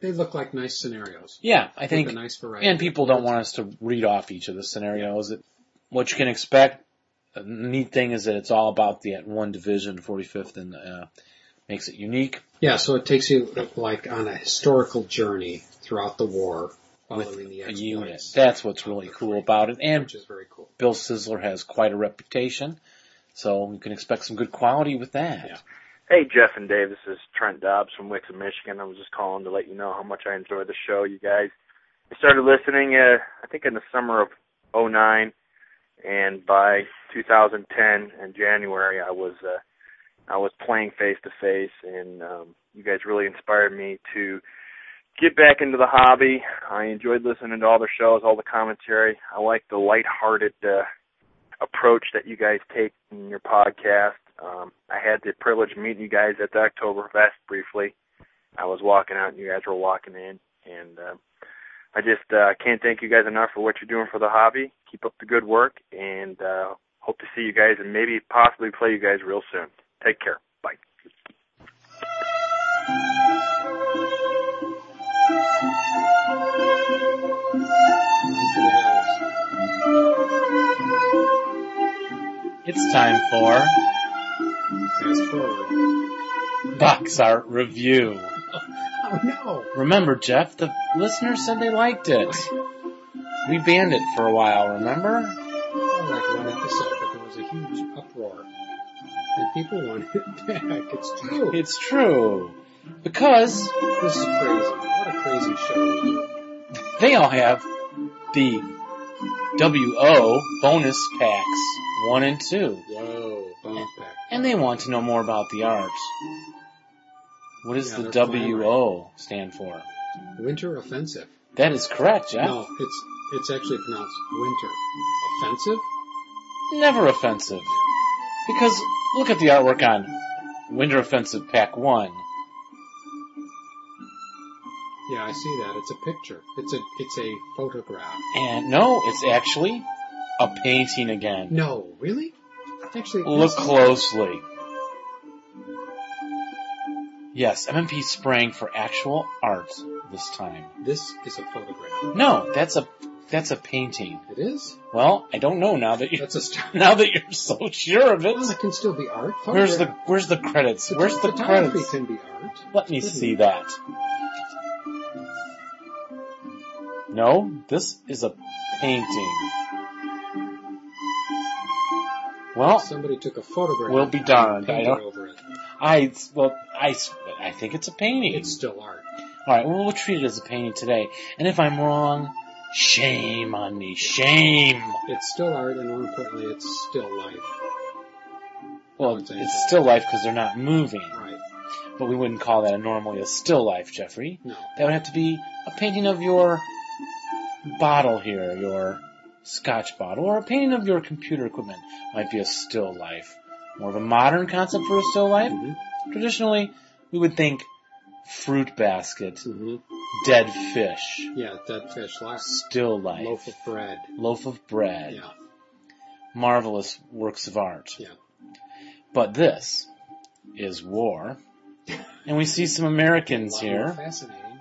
C: They look like nice scenarios.
D: Yeah, I think,
C: with a nice variety.
D: and people don't want us to read off each of the scenarios. It, what you can expect. The neat thing is that it's all about the one division, 45th, and uh, makes it unique.
C: Yeah, so it takes you like on a historical journey throughout the war, following the
D: A
C: exploits,
D: unit. That's what's really cool about it. And
C: which is very cool.
D: Bill Sizzler has quite a reputation, so you can expect some good quality with that.
C: Yeah.
F: Hey, Jeff and Dave, this is Trent Dobbs from Wicks, Michigan. I was just calling to let you know how much I enjoy the show, you guys. I started listening, uh, I think, in the summer of '09, and by 2010 in January, I was uh, I was playing face to face, and um, you guys really inspired me to get back into the hobby. I enjoyed listening to all the shows, all the commentary. I like the lighthearted uh, approach that you guys take in your podcast. Um, I had the privilege of meeting you guys at the Oktoberfest briefly. I was walking out, and you guys were walking in, and
E: um,
F: uh, I just uh, can't thank you guys enough for what you're doing for the hobby. Keep up the good work, and uh, hope to see you guys and maybe possibly play you guys real soon. Take care. Bye.
D: It's time for
C: Fast forward.
D: Box Art Review.
C: Oh no!
D: Remember, Jeff, the listeners said they liked it. We banned it for a while, remember?
C: Oh, like one episode, but there was a huge uproar, and people wanted it back. It's true.
D: It's true. Because
C: this is crazy. What a crazy show. we do.
D: they all have the WO bonus packs 1 and 2.
C: Whoa, bump back.
D: And they want to know more about the art. What does
C: Yeah,
D: the
C: they're clamoring.
D: WO stand for?
C: Winter offensive.
D: That is correct, Jeff.
C: No, it's it's actually pronounced winter offensive.
D: Never offensive. Because look at the artwork on Winter Offensive Pack 1.
C: Yeah, I see that. It's a picture. It's a it's a photograph.
D: And no, it's actually a painting again.
C: No, really? Actually,
D: Look
C: yes.
D: closely. Yes, MMP sprang for actual art this time.
C: This is a photograph.
D: No, that's a that's a painting.
C: It is.
D: Well, I don't know now that you
C: That's a star.
D: now that you're so sure of it.
C: Well, it can still be art.
D: Where's the
C: Photograph-
D: where's the credits? Where's the
C: photography
D: credits?
C: Can be art.
D: Let me see that. No, this is a painting. Well,
C: Somebody took a photograph.
D: We'll be darned.
C: and painted
D: I don't-
C: over it.
D: I well I I think it's a painting.
C: It's still art.
D: All right, well, we'll treat it as a painting today. And if I'm wrong, shame on me. Shame.
C: It's still art, and more importantly, it's still life.
D: Well, it's still life because they're not moving.
C: Right.
D: But we wouldn't call that a normally a still life, Jeffrey.
C: No.
D: That would have to be a painting of your bottle here, your scotch bottle, or a painting of your computer equipment. Might be a still life. More of a modern concept for a still life.
C: Mhm.
D: Traditionally, we would think fruit basket,
C: hmm
D: dead fish,
C: Yeah, dead fish, last
D: still life,
C: loaf of bread.
D: loaf of bread.
C: Yeah.
D: marvelous works of art.
C: Yeah.
D: But this is war. And we see some Americans
C: A lot more
D: here.
C: Fascinating.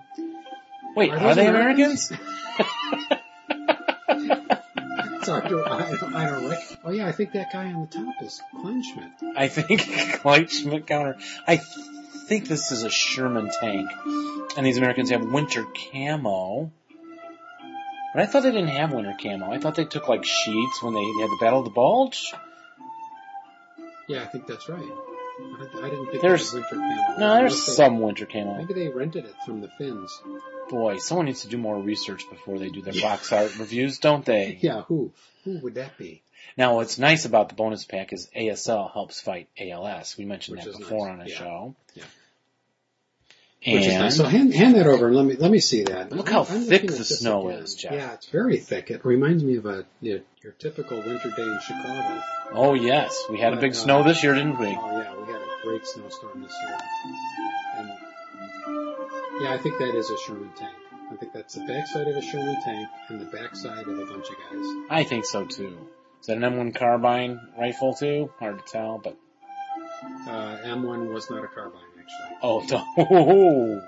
D: Wait,
C: Are
D: are,
C: those
D: they
C: Americans?
D: Americans?
C: Sorry, I don't, I don't, I don't rec- Oh yeah, I think that guy on the top is Kleinschmidt.
D: I think like Schmidt counter. I think this is a Sherman tank. And these Americans have winter camo. But I thought they didn't have winter camo. I thought they took like sheets when they had the Battle of the Bulge.
C: Yeah, I think that's right. I, I didn't think
D: There's-
C: that was winter camo.
D: No, there's
C: Unless they-
D: some winter camo.
C: Maybe they rented it from the Finns.
D: Boy, someone needs to do more research before they do their box art reviews, don't they?
C: Yeah, who? Who would that be?
D: Now, what's nice about the bonus pack is ASL helps fight ALS. We mentioned
C: Which
D: that
C: is
D: before
C: nice,
D: on the
C: yeah,
D: show.
C: yeah.
D: And
C: Which is nice. So hand, hand that over and let me let me see that.
D: Look how
C: looking
D: thick
C: at
D: the
C: this
D: snow is, Jeff.
C: Yeah, it's very thick. It reminds me of a your, your typical winter day in Chicago.
D: oh yes, we had a
C: But,
D: big
C: uh,
D: snow this year, didn't we?
C: Oh yeah, we had a great snowstorm this year. And yeah, I think that is a Sherman tank. I think that's the backside of a Sherman tank and the backside of a bunch of guys.
D: I think so too. Is that an M1 carbine rifle too? Hard to tell, but
C: Uh, M1 was not a carbine actually.
D: oh, do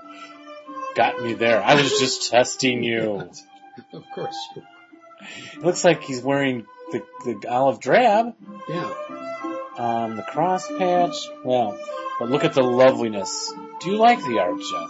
D: got me there. I was just testing you.
C: of course.
D: It looks like he's wearing the the olive drab.
C: Yeah.
D: Um, the cross patch. Well, but look at the loveliness. Do you like the art, Jeff?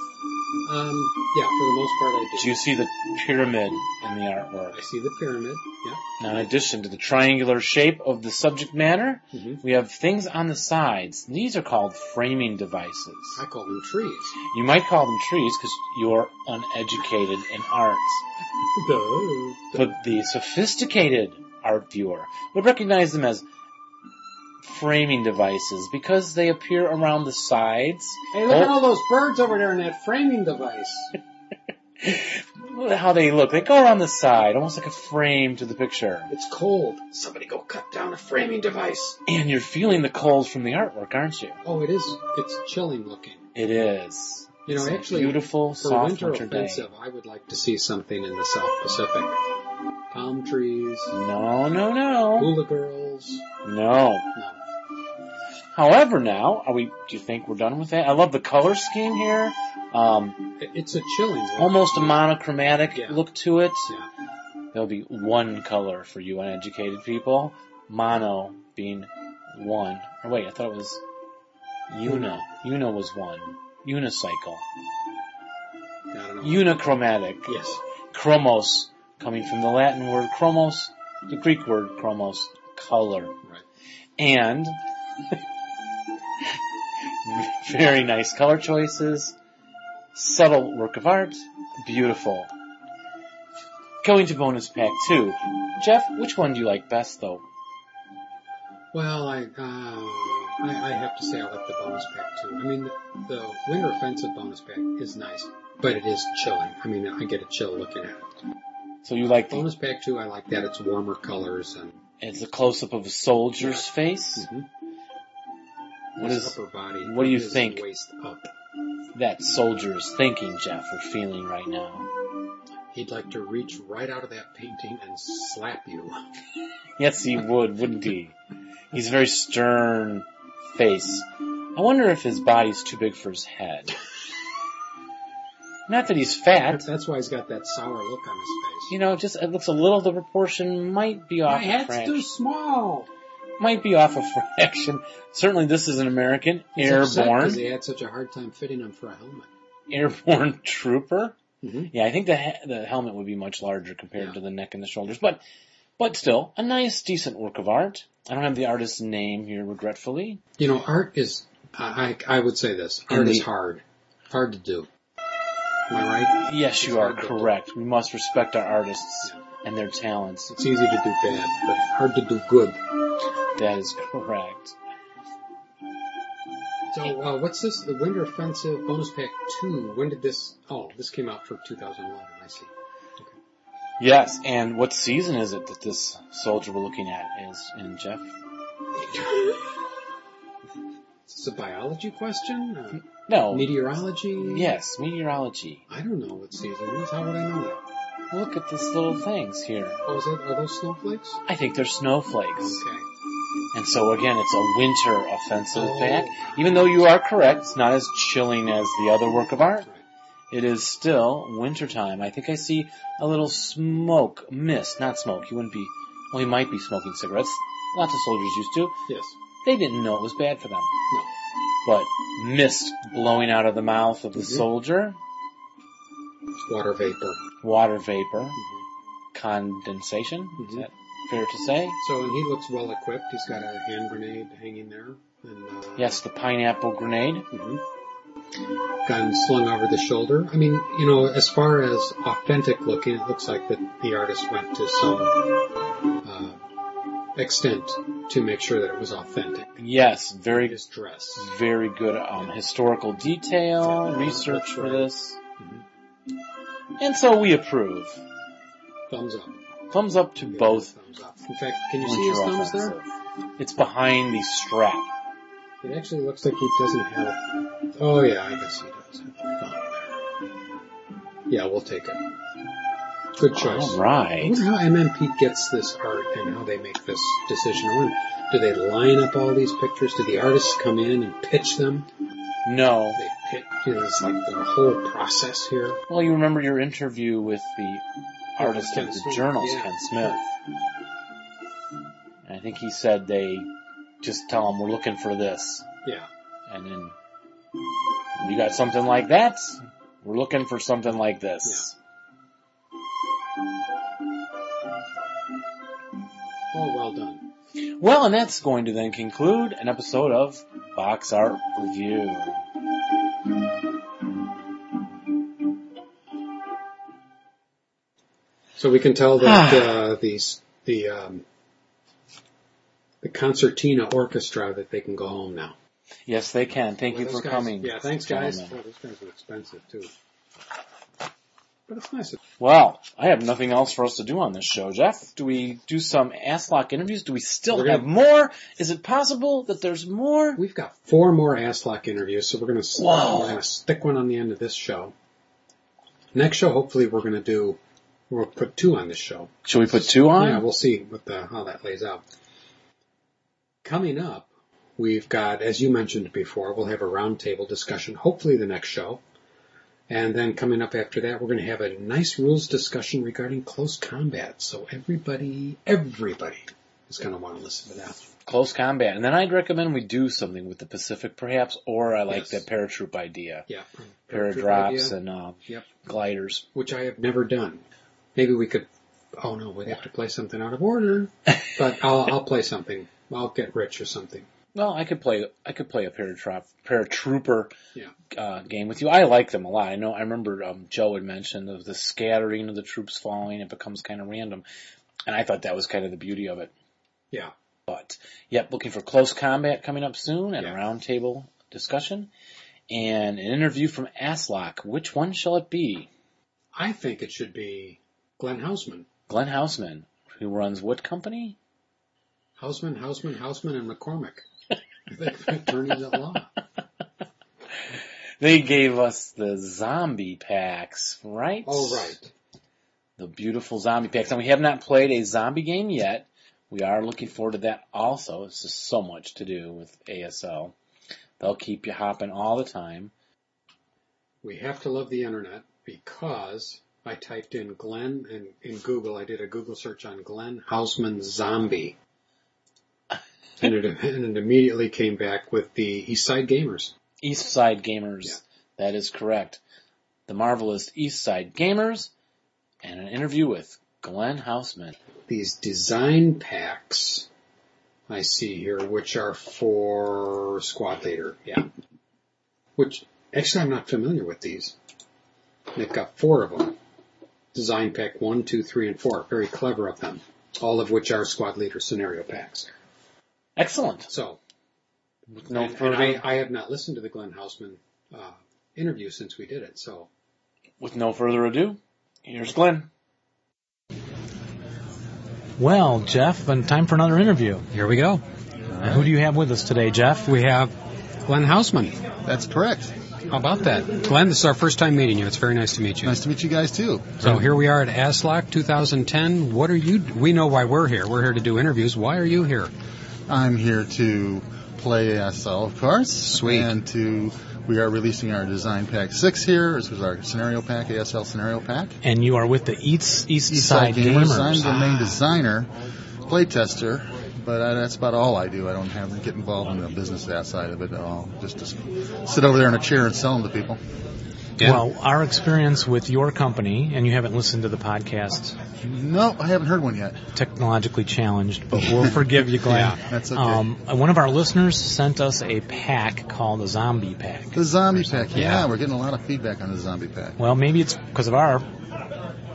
C: Um, yeah, for the most part I do.
D: Do you see the pyramid in the
C: I
D: artwork?
C: see the pyramid. Yeah.
D: Now, in addition to the triangular shape of the subject matter,
C: Mm-hmm.
D: we have things on the sides. These are called framing devices.
C: I call them trees.
D: You might call them trees because you're uneducated in art.
C: Duh.
D: But the sophisticated art viewer would recognize them as framing devices because they appear around the sides.
C: Hey, look at
D: Oh.
C: all those birds over there in that framing device.
D: Look at How they look. They go around the side, almost like a frame to the picture.
C: It's cold. Somebody go cut down a framing device.
D: And you're feeling the cold from the artwork, aren't you?
C: Oh, it is. It's chilling looking.
D: It is.
C: You know,
D: It's a
C: actually,
D: beautiful
C: For
D: soft
C: winter
D: winter, day.
C: offensive, I would like to see something in the South Pacific. Palm trees,
D: No, no, no,
C: hula girls.
D: no.
C: No.
D: However, now are we? Do you think we're done with that? I love the color scheme here. Um,
C: It- It's a chilling. look.
D: almost a monochromatic
C: Yeah.
D: look to it.
C: Yeah.
D: There'll be one color for you uneducated people. Mono being one. Or wait, I thought it was Una. Una was one. Unicycle.
C: I don't know.
D: Unichromatic.
C: yes.
D: chromos, coming from the Latin word chromos, the Greek word chromos, color.
C: Right.
D: And very nice color choices, subtle work of art, beautiful. Going to bonus pack two. Jeff, which one do you like best though?
C: Well, I, uh, I I have to say I like the bonus pack too. I mean, the, the winter offensive bonus pack is nice, but it is chilling. I mean, I get a chill looking at it.
D: So you like the,
C: Bonus pack too. I like that it's warmer colors and Mm-hmm.
D: it's a close up of a soldier's face. What
C: his
D: is,
C: upper body.
D: what do you
C: his
D: think?
C: Waist up.
D: that soldier is thinking, Jeff, or feeling right now?
C: He'd like to reach right out of that painting and slap you.
D: Yes, he would, wouldn't he? He's a very stern face. I wonder if his body's too big for his head. Not that he's fat.
C: That's why he's got that sour look on his face.
D: You know, just it looks a little. The proportion might be off.
C: My
D: a
C: head's
D: fraction.
C: too small.
D: might be off a fraction. Certainly, this is an American
C: He's upset 'cause
D: airborne
C: they had such a hard time fitting him for a helmet.
D: airborne trooper.
C: Mhm.
D: Yeah, I think the he- the helmet would be much larger compared
C: Yeah.
D: to the neck and the shoulders, but but still a nice, decent work of art. I don't have the artist's name here, regretfully.
C: You know, art is. I I, I would say this.
D: And
C: Art
D: the-
C: is hard. Hard to do. Am I right?
D: Yes,
C: It's
D: you are
C: hard to do.
D: correct. We must respect our artists and their talents.
C: It's easy to do bad, but hard to do good.
D: That is correct.
C: So uh, what's this? The Winter Offensive Bonus Pack Two. When did this? Oh, this came out for 2011. I see.
D: Yes, and what season is it that this soldier we're looking at is in, Jeff?
C: Is this a biology question? Uh,
D: No.
C: meteorology?
D: Yes, meteorology.
C: I don't know what season it is. How would I know that?
D: Look at these little things here.
C: Oh, is that are those snowflakes?
D: I think they're snowflakes.
C: Okay.
D: And so again, it's a winter offensive
C: Oh.
D: pack. Even though you are correct, it's not as chilling as the other work of art.
C: That's right.
D: It is still wintertime. I think I see a little smoke, mist, not smoke. You wouldn't be, well, you might be smoking cigarettes. Lots of soldiers used to.
C: Yes.
D: They didn't know it was bad for them.
C: No.
D: But mist blowing out of the mouth of the
C: Mhm.
D: soldier,
C: It's water vapor.
D: water vapor,
C: Mhm.
D: condensation, is
C: Mhm.
D: that fair to say?
C: So, and he looks well equipped. He's got a hand grenade hanging there. And, uh,
D: Yes, the pineapple grenade.
C: mhm. Gun slung over the shoulder. I mean, you know, as far as authentic looking, it looks like that the artist went to some uh, extent to make sure that it was authentic.
D: Yes, very
C: His dress.
D: very good um, historical detail
C: Yeah,
D: research
C: that's
D: for
C: right.
D: this.
C: Mhm.
D: And so we approve.
C: Thumbs up.
D: Thumbs up to
C: Yeah,
D: both.
C: Thumbs up. In fact, can you
D: Winter
C: see his thumbs
D: Offensive.
C: there?
D: It's behind the strap.
C: It actually looks like he doesn't have. Oh yeah, I guess he does have a thumb there. Yeah, we'll take it. Good choice.
D: All
C: I
D: right.
C: wonder how MMP gets this art and how they make this decision. I wonder, do they line up all these pictures? Do the artists come in and pitch them?
D: No.
C: They pitch, you know, it's like the whole process here.
D: Well, you remember your interview with the artist
C: Ken
D: of the
C: Smith,
D: journals,
C: yeah.
D: Ken Smith. And I think he said they just tell him we're looking for this.
C: Yeah.
D: And then you got something like that. We're looking for something like this.
C: Oh, well done.
D: Well, and that's going to then conclude an episode of Box Art Review.
C: So we can tell that
D: Ah.
C: uh, these the um, the concertina orchestra that they can go home now.
D: Yes, they can. Thank
C: Well,
D: you
C: those
D: for
C: guys-
D: coming.
C: Yeah, thanks guys.
D: gentlemen.
C: Oh, those guys are expensive too. But it's nice.
D: Well, I have nothing else for us to do on this show, Jeff. Do we do some Asslock interviews? Do we still
C: We're gonna-
D: have more? Is it possible that there's more?
C: We've got four more Aslock interviews, so we're gonna s-
D: Whoa.
C: we're gonna stick one on the end of this show. Next show, hopefully, we're gonna do we'll put two on this show.
D: Should we put two on?
C: Yeah, we'll see what the how that lays out. Coming up, we've got as you mentioned before, we'll have a roundtable discussion. Hopefully, the next show. And then coming up after that, we're going to have a nice rules discussion regarding close combat. So everybody, everybody is going to want to listen to that.
D: Close combat. And then I'd recommend we do something with the Pacific perhaps, or I like
C: Yes.
D: the paratroop idea.
C: Yeah.
D: Paradrops and uh,
C: Yep.
D: gliders.
C: which I have never done. Maybe we could. Oh no, we'd have to play something out of order. But I'll, I'll play something. I'll get rich or something.
D: Well, I could play I could play a paratrop paratrooper
C: Yeah.
D: uh, game with you. I like them a lot. I know I remember um, Joe had mentioned of the scattering of the troops falling. It becomes kind of random, and I thought that was kind of the beauty of it.
C: Yeah.
D: But yep, looking for close combat coming up soon and
C: Yeah.
D: a roundtable discussion and an interview from Aslock. Which one shall it be?
C: I think it should be Glenn Hausman.
D: Glenn Hausman, who runs what company?
C: Hausman, Hausman, Hausman, and McCormick. They're attorneys at law.
D: They gave us the zombie packs, right?
C: All right.
D: the beautiful zombie packs. And we have not played a zombie game yet. We are looking forward to that also. It's just so much to do with ASL. They'll keep you hopping all the time.
C: We have to love the internet because I typed in Glenn and in Google, I did a Google search on Glenn Hausman zombie. and, it, and it immediately came back with the Eastside Gamers.
D: East Side Gamers. That is correct. The marvelous East Side Gamers and an interview with Glenn Hausman.
C: These design packs I see here, which are for squad leader. Yeah. Which actually I'm not familiar with these. They've got four of them. Design pack one, two, three, and four. Very clever of them. All of which are squad leader scenario packs.
D: Excellent.
C: So
D: With no
C: and, and
D: further
C: I, I have not listened to the Glenn Hausman uh, interview since we did it. So
D: with no further ado, here's Glenn. Well, Jeff, and time for another interview.
G: Here we go.
D: Who do you have with us today, Jeff?
G: We have,
C: Glenn Hausman,
G: that's correct.
C: how about that? Glenn, this is our first time meeting you. It's very nice to meet you.
G: Nice to meet you guys too.
C: So here we are at ASLOC 2010. What are you? We know why we're here. We're here to do interviews. Why are you here?
G: I'm here to play ASL, of course.
C: Sweet.
G: And to, we are releasing our design pack six here. This is our scenario pack, ASL scenario pack.
H: and you are with the East East
G: Eastside
H: Side Gamers.
G: I'm the main
H: Ah.
G: designer, playtester, but I, that's about all I do. I don't have get involved in the business that side of it at all. Just, just sit over there in a chair and sell them to people.
C: Yeah.
H: Well, our experience with your company, and you haven't listened to the podcast,
G: No, I haven't heard one yet.
H: technologically challenged, but we'll forgive you, Glenn.
G: Yeah, that's okay.
H: Um, one of our listeners sent us a pack called a zombie pack.
G: The zombie pack, yeah,
H: Yeah.
G: we're getting a lot of feedback on the zombie pack.
H: Well, maybe it's because of our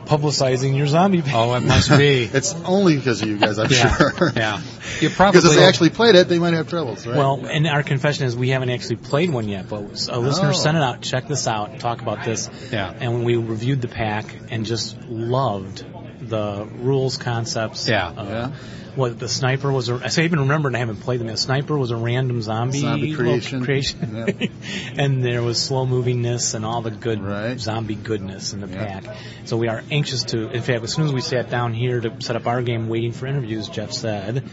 H: publicizing your zombie pack.
C: Oh, it must be.
G: It's only because of you guys, I'm
C: Yeah,
G: sure.
C: yeah. You probably
G: Because if they actually played it, they might have troubles, right?
H: Well, and our confession is we haven't actually played one yet, but a listener
G: Oh.
H: sent it out. Check this out. Talk about this.
C: Yeah.
H: And we reviewed the pack and just loved the rules concepts.
C: Yeah.
H: Uh,
G: Yeah.
H: What the sniper was. A, I say I even remember and I haven't played them. yet. The sniper was a random zombie,
G: Zombie
H: little
G: creation.
H: creation. and there was slow movingness and all the good
G: Right.
H: zombie goodness in the
G: Yeah.
H: pack. So we are anxious to. In fact, as soon as we sat down here to set up our game, waiting for interviews, Jeff said.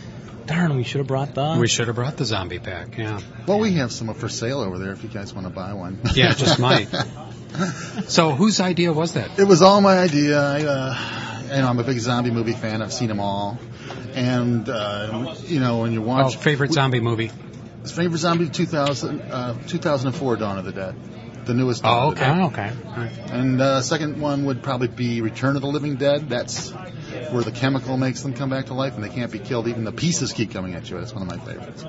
H: Darn, we should have brought the
C: We should have brought the zombie pack. Yeah.
G: well, we have some up for sale over there if you guys want to buy one.
C: Yeah, just might. So whose idea was that?
G: It was all my idea. I, uh, you know, I'm a big zombie movie fan. I've seen them all. And, uh, you know, when you
C: Oh,
G: watch...
C: favorite zombie movie?
G: Favorite zombie 2000, uh, 2004 Dawn of the Dead. The newest Dawn
C: Oh,
G: of the Dead.
C: okay.
H: Oh, okay.
G: And uh, second one would probably be Return of the Living Dead. That's where the chemical makes them come back to life and they can't be killed. Even the pieces keep coming at you. That's one of my favorites.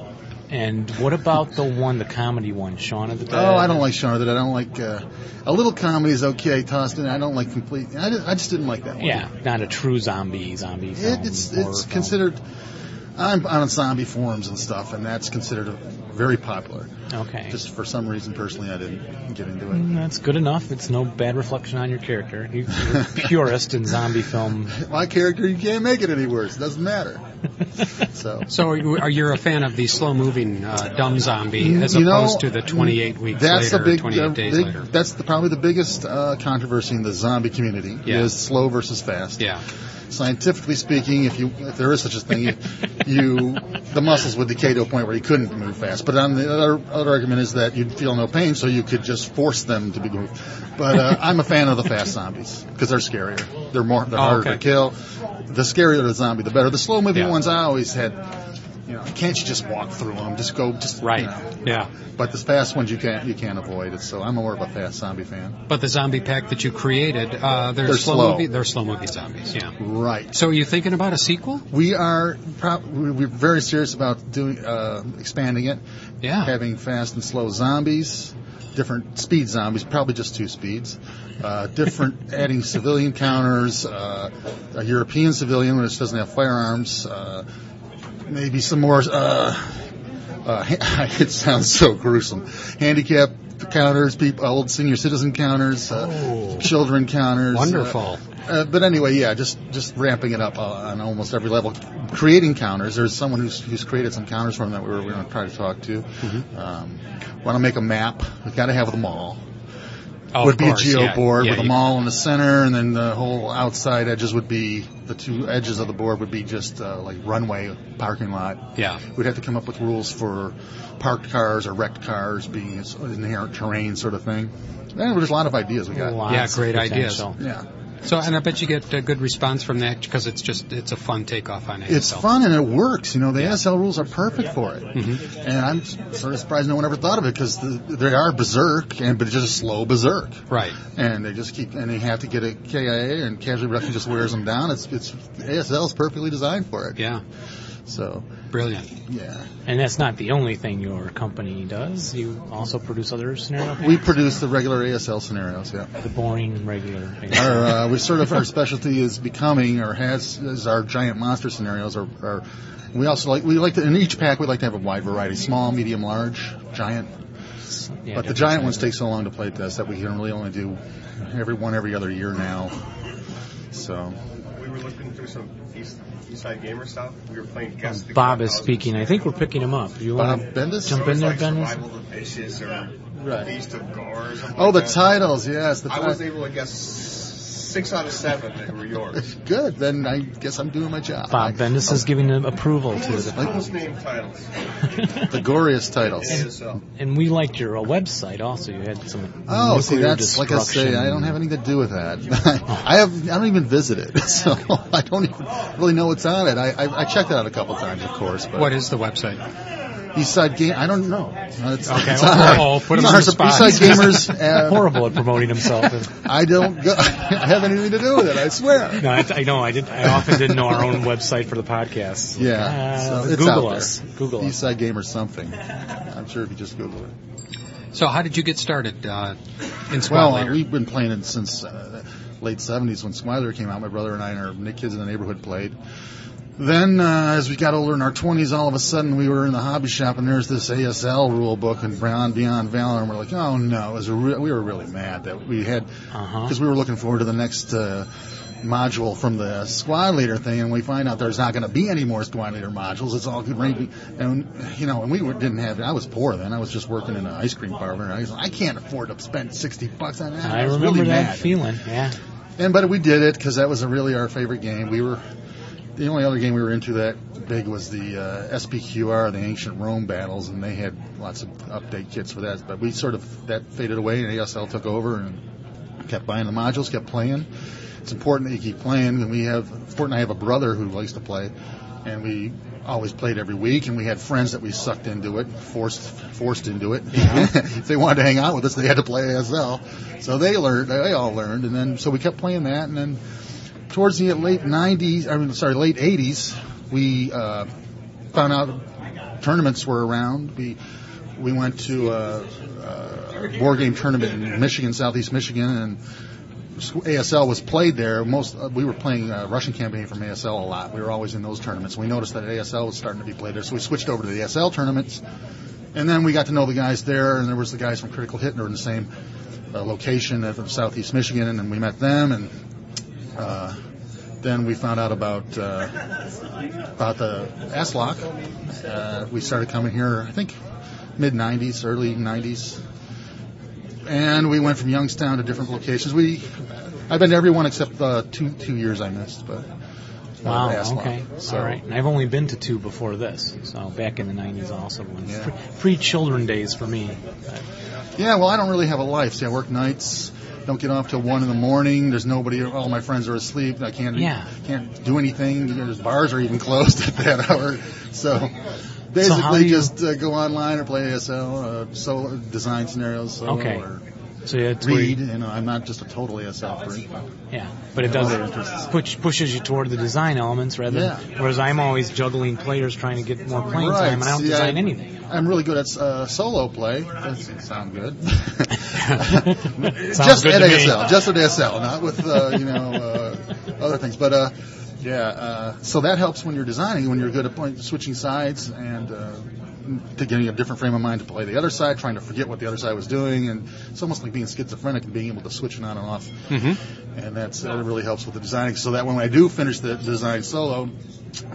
H: And what about the one, the comedy one, Shaun of the Dead?
G: Oh, I don't like Shaun of the Dead. I don't like uh, a little comedy is okay tossed in. I don't like complete. I just, I just didn't like that one.
H: Yeah, not a true zombie zombie film.
G: it, it's
H: horror
G: it's
H: film.
G: considered. I'm on zombie forums and stuff, and that's considered a, very popular.
H: okay.
G: Just for some reason, personally, I didn't get into it.
H: Mm, That's good enough. It's no bad reflection on your character. You- You're a purist in zombie film.
G: My character, you can't make it any worse. It doesn't matter. So.
C: So are you, are you a fan of the slow moving uh, dumb zombie as
G: Mm, You know,
C: opposed to the 28 weeks
G: that's
C: later,
G: the big,
C: 28
G: uh,
C: days
G: big-
C: later?
G: That's the, probably the biggest uh, controversy in the zombie community
C: Yeah.
G: is slow versus fast.
C: Yeah.
G: Scientifically speaking, if you if there is such a thing, you, you the muscles would decay to a point where you couldn't move fast. But on the other other argument is that you'd feel no pain, so you could just force them to be moved. But uh, I'm a fan of the fast zombies because they're scarier. They're more they're
C: Oh,
G: harder
C: okay.
G: to kill. The scarier the zombie, the better. The slow moving
C: Yeah.
G: ones I always had. You know, can't you just walk through them? Just go, just you
C: Right.
G: know.
C: Yeah.
G: But the fast ones you can't you can't avoid it. So I'm more of a fast zombie fan.
C: But the zombie pack that you created, uh, they're,
G: They're
C: slow,
G: slow.
C: movie. They're slow movie zombies. Yeah.
G: Right.
C: So are you thinking about a sequel?
G: We are prob- we- we're very serious about doing uh, expanding it,
C: Yeah.
G: having fast and slow zombies, different speed zombies, probably just two speeds, uh, different adding civilian counters, uh, a European civilian which doesn't have firearms, uh, maybe some more. Uh, uh, it sounds so gruesome. Handicap counters, people, old senior citizen counters, uh, children counters. uh,
C: Wonderful.
G: Uh, but anyway, yeah, just just ramping it up uh, on almost every level, creating counters. There's someone who's who's created some counters for them that we were, we are going to try to talk to. Um, Want to make a map? We got to have them all.
I: Oh,
G: would
I: of
G: be
I: course,
G: a geo
I: yeah.
G: board
I: Yeah,
G: with a
I: you-
G: mall in the center, and then the whole outside edges would be the two edges of the board would be just uh, like runway parking lot.
I: Yeah.
G: We'd have to come up with rules for parked cars or wrecked cars being its inherent terrain sort of thing. Yeah, there's a lot of ideas we got.
H: Lots
I: Yeah,
H: of
I: great ideas.
H: potential.
G: Yeah.
I: So, and I bet you get a good response from that because it's just it's a fun takeoff on ASL.
G: It's fun and it works. Mm-hmm. You know, the ASL rules are perfect for it. And I'm sort of surprised no one ever thought of it because the, they are berserk, and but it's just slow berserk.
I: right?
G: And they just keep, and they have to get a KIA, and casual production just wears them down. It's, it's, ASL is perfectly designed for it.
I: Yeah,
G: So,
I: brilliant.
G: yeah.
H: And that's not the only thing your company does. You also produce other scenario
G: We produce the regular ASL scenarios, yeah.
H: the boring regular. thing.
G: Our, uh, we sort of, our specialty is becoming, or has, is our giant monster scenarios, or, or, we also like, we like to, in each pack, we like to have a wide variety, small, medium, large, giant,
H: Yeah,
G: But the
H: different
G: giant ones
H: sizes.
G: take so long to play test that we can really only do every one every other year now. So
J: We were looking through some East, East Side Gamer stuff. We were playing Guess the
H: Bob is
J: Clubhouse.
H: speaking. I think we're picking him up. You
G: Bob
H: want
G: Bendis.
J: So
H: jump
J: it
H: in
J: was
H: there,
J: like
H: Ben?
J: Survival of the Fishes or
G: Right.
J: Feast of Gore or something
G: Oh,
J: like
G: the
J: that.
G: titles, yes. The
J: I was
G: titles.
J: able to guess six out of seven that were yours.
G: Good. Then I guess I'm doing my job.
H: Bob Bendis is giving him approval to
J: Those name titles.
H: the.
G: the goriest titles.
J: ASL.
H: and we liked your uh, website also. You had some.
G: Oh, see,
H: nuclear
G: that's like I say, I don't have anything to do with that. I have, I don't even visit it, so I don't even really know what's on it. I, I, I checked it out a couple times, of course, but
I: What is the website?
G: Eastside Game, I don't know. It's,
I: Okay,
G: it's
I: well,
G: on our-
I: oh, put 'em
G: it's
I: on
G: our
I: the spot.
G: Eastside Gamers. uh,
H: horrible at promoting himself.
G: I don't go, I have anything to do with it, I swear.
H: no, I, I know. I did. I often didn't know our own website for the podcast.
G: Yeah,
H: Uh,
G: so it's
H: Google
G: out
H: us.
G: there.
H: Google us.
G: Eastside Game or something. I'm sure if you just Google it.
I: So, how did you get started uh, in Squad
G: Well, uh,
I: Leader?
G: we've been playing it since uh, late 70s when Squiler came out. My brother and I and our Nick kids in the neighborhood played. Then, uh, as we got older in our 20s, all of a sudden we were in the hobby shop and there's this ASL rule book and Beyond Beyond Valor, and we're like, oh no, it was a re- we were really mad that we had
I: Uh-huh.
C: Uh-huh.
H: Uh huh.
G: because we were looking forward to the next uh, module from the squad leader thing, and we find out there's not going to be any more squad leader modules. It's all good, and you know, and we were, didn't have. I was poor then. I was just working in an ice cream parlor, and I was like, I can't afford to spend sixty bucks on that.
H: I
G: was
H: remember
G: really
H: that
G: mad.
H: feeling. Yeah.
G: And but we did it because that was really our favorite game. We were the only other game we were into that big was the uh, SPQR, the Ancient Rome battles, and they had lots of update kits for that. But we sort of that faded away, and ASL took over and kept buying the modules, kept playing. It's important that you keep playing. And we have Fort and I have a brother who likes to play, and we always played every week. And we had friends that we sucked into it, forced forced into it. if they wanted to hang out with us, they had to play ASL. So they learned. They all learned, and then so we kept playing that, and then towards the late 90s, I mean, sorry, late 80s, we uh, found out tournaments were around. We we went to a, a board game tournament in Michigan, Southeast Michigan, and ASL was played there. Most uh, we were playing uh, Russian campaign from ASL a lot. We were always in those tournaments. We noticed that ASL was starting to be played there, so we switched over to the ASL tournaments. And then we got to know the guys there, and there was the guys from Critical Hit, and they were in the same uh, location of Southeast Michigan, and then we met them, and uh, then we found out about uh, about the Aslock. Uh, we started coming here, I think, mid '90s, early '90s, and we went from Youngstown to different locations. We, I've been to everyone except uh, two two years I missed, but uh,
H: Wow.
G: Aslock.
H: Okay.
G: So,
H: All right. And I've only been to two before this, so back in the '90s also. When
G: Yeah.
H: pre, pre-children days for me.
G: Yeah, well, I don't really have a life. See, I work nights. Don't get off till one in the morning. There's nobody. All my friends are asleep. I can't.
H: Yeah.
G: Can't do anything. You know, There's bars are even closed at that hour. So basically,
H: how do you-
G: just uh, go online or play ASL. Uh, solo design scenarios. Solo
H: Okay.
G: Or
H: So yeah, it's where you-
G: read. You know, I'm not just a total ASL freak.
H: Yeah, but it does
G: Other interests.
H: push, pushes you toward the design elements rather. than-
G: Yeah.
H: Whereas I'm always juggling players trying to get more playing time, and I don't
G: see,
H: design
G: I-
H: anything.
G: I'm really good at uh, solo play. That sound good.
H: Sounds
G: just
H: good
G: at
H: to me.
G: ASL, just at ASL, not with uh, you know uh, other things. But uh, yeah, uh, so that helps when you're designing, when you're good at point, switching sides and. Uh, to getting a different frame of mind to play the other side, trying to forget what the other side was doing, and it's almost like being schizophrenic and being able to switch it on and off. Mm-hmm. And that's that really helps with the designing, so that when I do finish the design solo,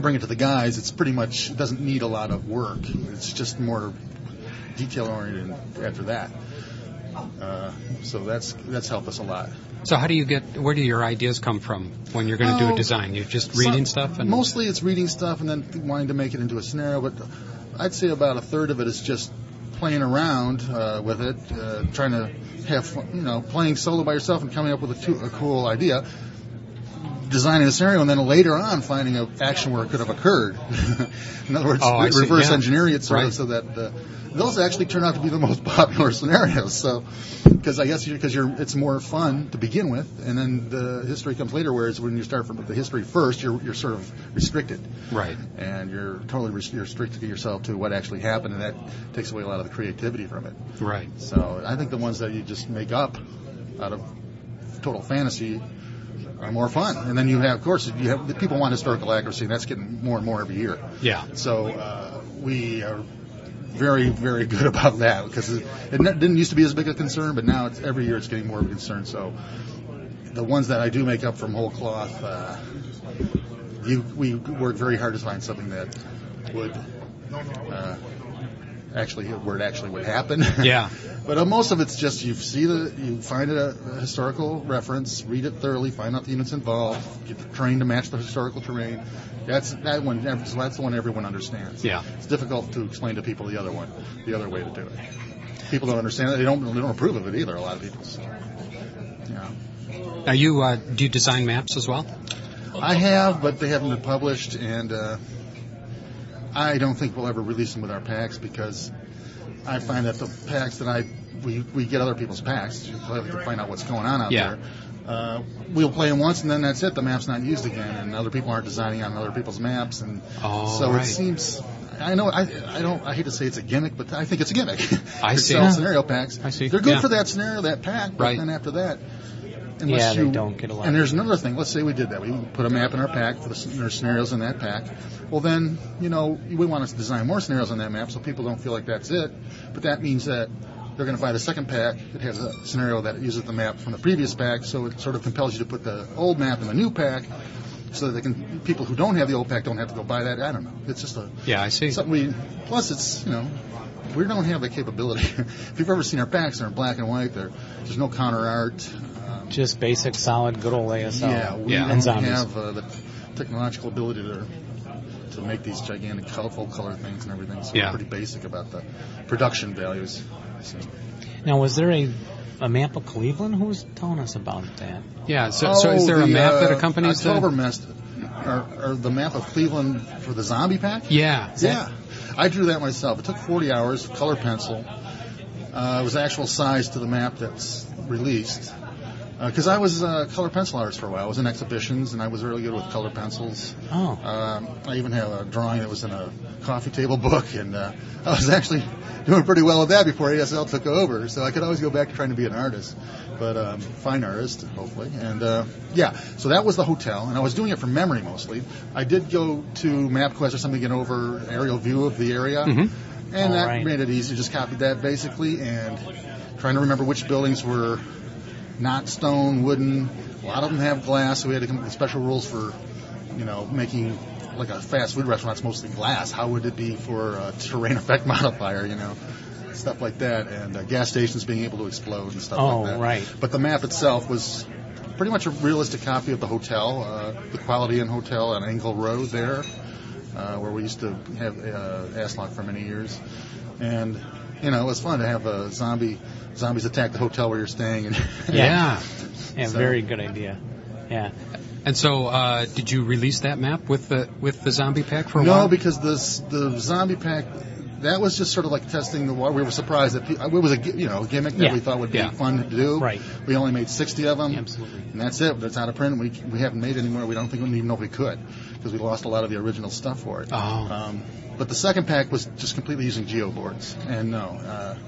G: bring it to the guys. It's pretty much it doesn't need a lot of work. It's just more detail oriented after that. Uh, so that's that's helped us a lot.
I: So how do you get? Where do your ideas come from when you're going to do
G: Oh,
I: a design? You're just reading
G: Some-
I: stuff and
G: mostly it's reading stuff and then wanting to make it into a scenario. But I'd say about a third of it is just playing around uh, with it, uh, trying to have fun, you know playing solo by yourself and coming up with a, tu- a cool idea, designing a scenario, and then later on finding an action where it could have occurred. In other words,
I: Oh, I
G: re-
I: see,
G: reverse
I: yeah.
G: engineering it sort
I: Right.
G: of so that. Uh, those actually turn out to be the most popular scenarios. So, because I guess because you're, it's more fun to begin with, and then the history comes later. Whereas when you start from the history first, you're you're sort of restricted,
I: right.
G: and you're totally res- you're restricted to yourself to what actually happened, and that takes away a lot of the creativity from it.
I: Right.
G: So, I think the ones that you just make up out of total fantasy are more fun, and then you have, of course, you have the people want historical accuracy, and that's getting more and more every year.
I: Yeah.
G: So uh, we are very, very good about that because it, it ne- didn't used to be as big a concern, but now it's every year it's getting more of a concern. So the ones that I do make up from whole cloth, uh, you, we work very hard to find something that would uh, actually where it actually would happen.
I: Yeah.
G: But uh, most of it's just you see the you find a, a historical reference, read it thoroughly, find out the units involved, get trained to match the historical terrain. That's that one. That's the one everyone understands.
I: Yeah.
G: It's difficult to explain to people the other one, the other way to do it. People don't understand it. They don't. They don't approve of it either. A lot of people. So, yeah.
I: Now you uh, do you design maps as well?
G: I have, but they haven't been published, and uh, I don't think we'll ever release them with our packs because I find that the packs that I we we get other people's packs to play- to find out what's going on out
I: Yeah.
G: there. Uh, we'll play them once, and then that's it. The map's not used again, and other people aren't designing on other people's maps, and
I: Oh,
G: so
I: right.
G: it seems. I know I I don't I hate to say it's a gimmick, but I think it's a gimmick.
I: I
G: They
I: see.
G: sell
I: Yeah.
G: scenario packs.
H: I see.
G: They're good
I: Yeah.
G: for that scenario, that pack, but
I: Right.
G: then after that, unless
H: Yeah, they
G: you
H: don't get a lot.
G: And there's another thing. Let's say we did that. We put a map in our pack for the sc- there are scenarios in that pack. Well, then you know we want to design more scenarios on that map so people don't feel like that's it. But that means that they're going to buy the second pack. It has a scenario that uses the map from the previous pack, so it sort of compels you to put the old map in the new pack. So that they can, people who don't have the old pack don't have to go buy that. I don't know. It's just a
I: Yeah, I see.
G: something we. Plus, it's you know, we don't have the capability. if you've ever seen our packs, they're black and white. They're, there's no counter art. Um,
H: Just basic, solid, good old ASL.
G: yeah, we
I: yeah.
G: don't
H: And zombies.
G: have uh, the technological ability to to make these gigantic, colorful color things and everything. So
I: Yeah.
G: we're pretty basic about the production values. So.
H: Now, was there a a map of Cleveland? Who was telling us about that?
I: Yeah. So, so is
G: Oh,
I: there a
G: the,
I: map that
G: uh,
I: accompanies the-
G: October Mist, or, or the map of Cleveland for the zombie pack?
I: Yeah. is that-
G: Yeah, I drew that myself. It took 40 hours, color pencil. Uh, it was actual size to the map that's released. Because I was uh, color pencil artist for a while. I was in exhibitions, and I was really good with color pencils.
H: Oh,
G: Um, I even have a drawing that was in a coffee table book, and uh, I was actually doing pretty well with that before ASL took over. So I could always go back to trying to be an artist, but um, fine artist, hopefully. And uh, yeah, so that was the hotel, and I was doing it from memory mostly. I did go to MapQuest or something to get an over aerial view of the area,
D: Mm-hmm.
G: and that
H: Alright.
G: made it easy. Just copied that basically, and trying to remember which buildings were not stone, wooden. A lot of them have glass, so we had to come up with special rules for, you know, making like a fast food restaurant's mostly glass. How would it be for a terrain effect modifier, you know? Stuff like that, and uh, gas stations being able to explode and stuff
H: Oh,
G: like that.
H: right.
G: But the map itself was pretty much a realistic copy of the hotel, uh, the Quality Inn Hotel on Angle Road there, uh, where we used to have uh, Aslock for many years. And, you know, it was fun to have a zombie, zombies attack the hotel where you're staying. And
I: yeah.
H: yeah,
G: so-
H: very good idea. Yeah.
I: And so, uh, did you release that map with the with the zombie pack for a
G: no,
I: while?
G: because this the zombie pack that was just sort of like testing the water. We were surprised that pe- it was a gi- you know a gimmick that
H: Yeah.
G: we thought would be
I: Yeah.
G: fun to do.
H: Right.
G: We only made 60 of them.
H: Absolutely.
G: And that's it. That's out of print. We we haven't made any more. We don't think we even know if we could because we lost a lot of the original stuff for it.
I: Oh.
G: Um, but the second pack was just completely using geoboards, and no. Uh,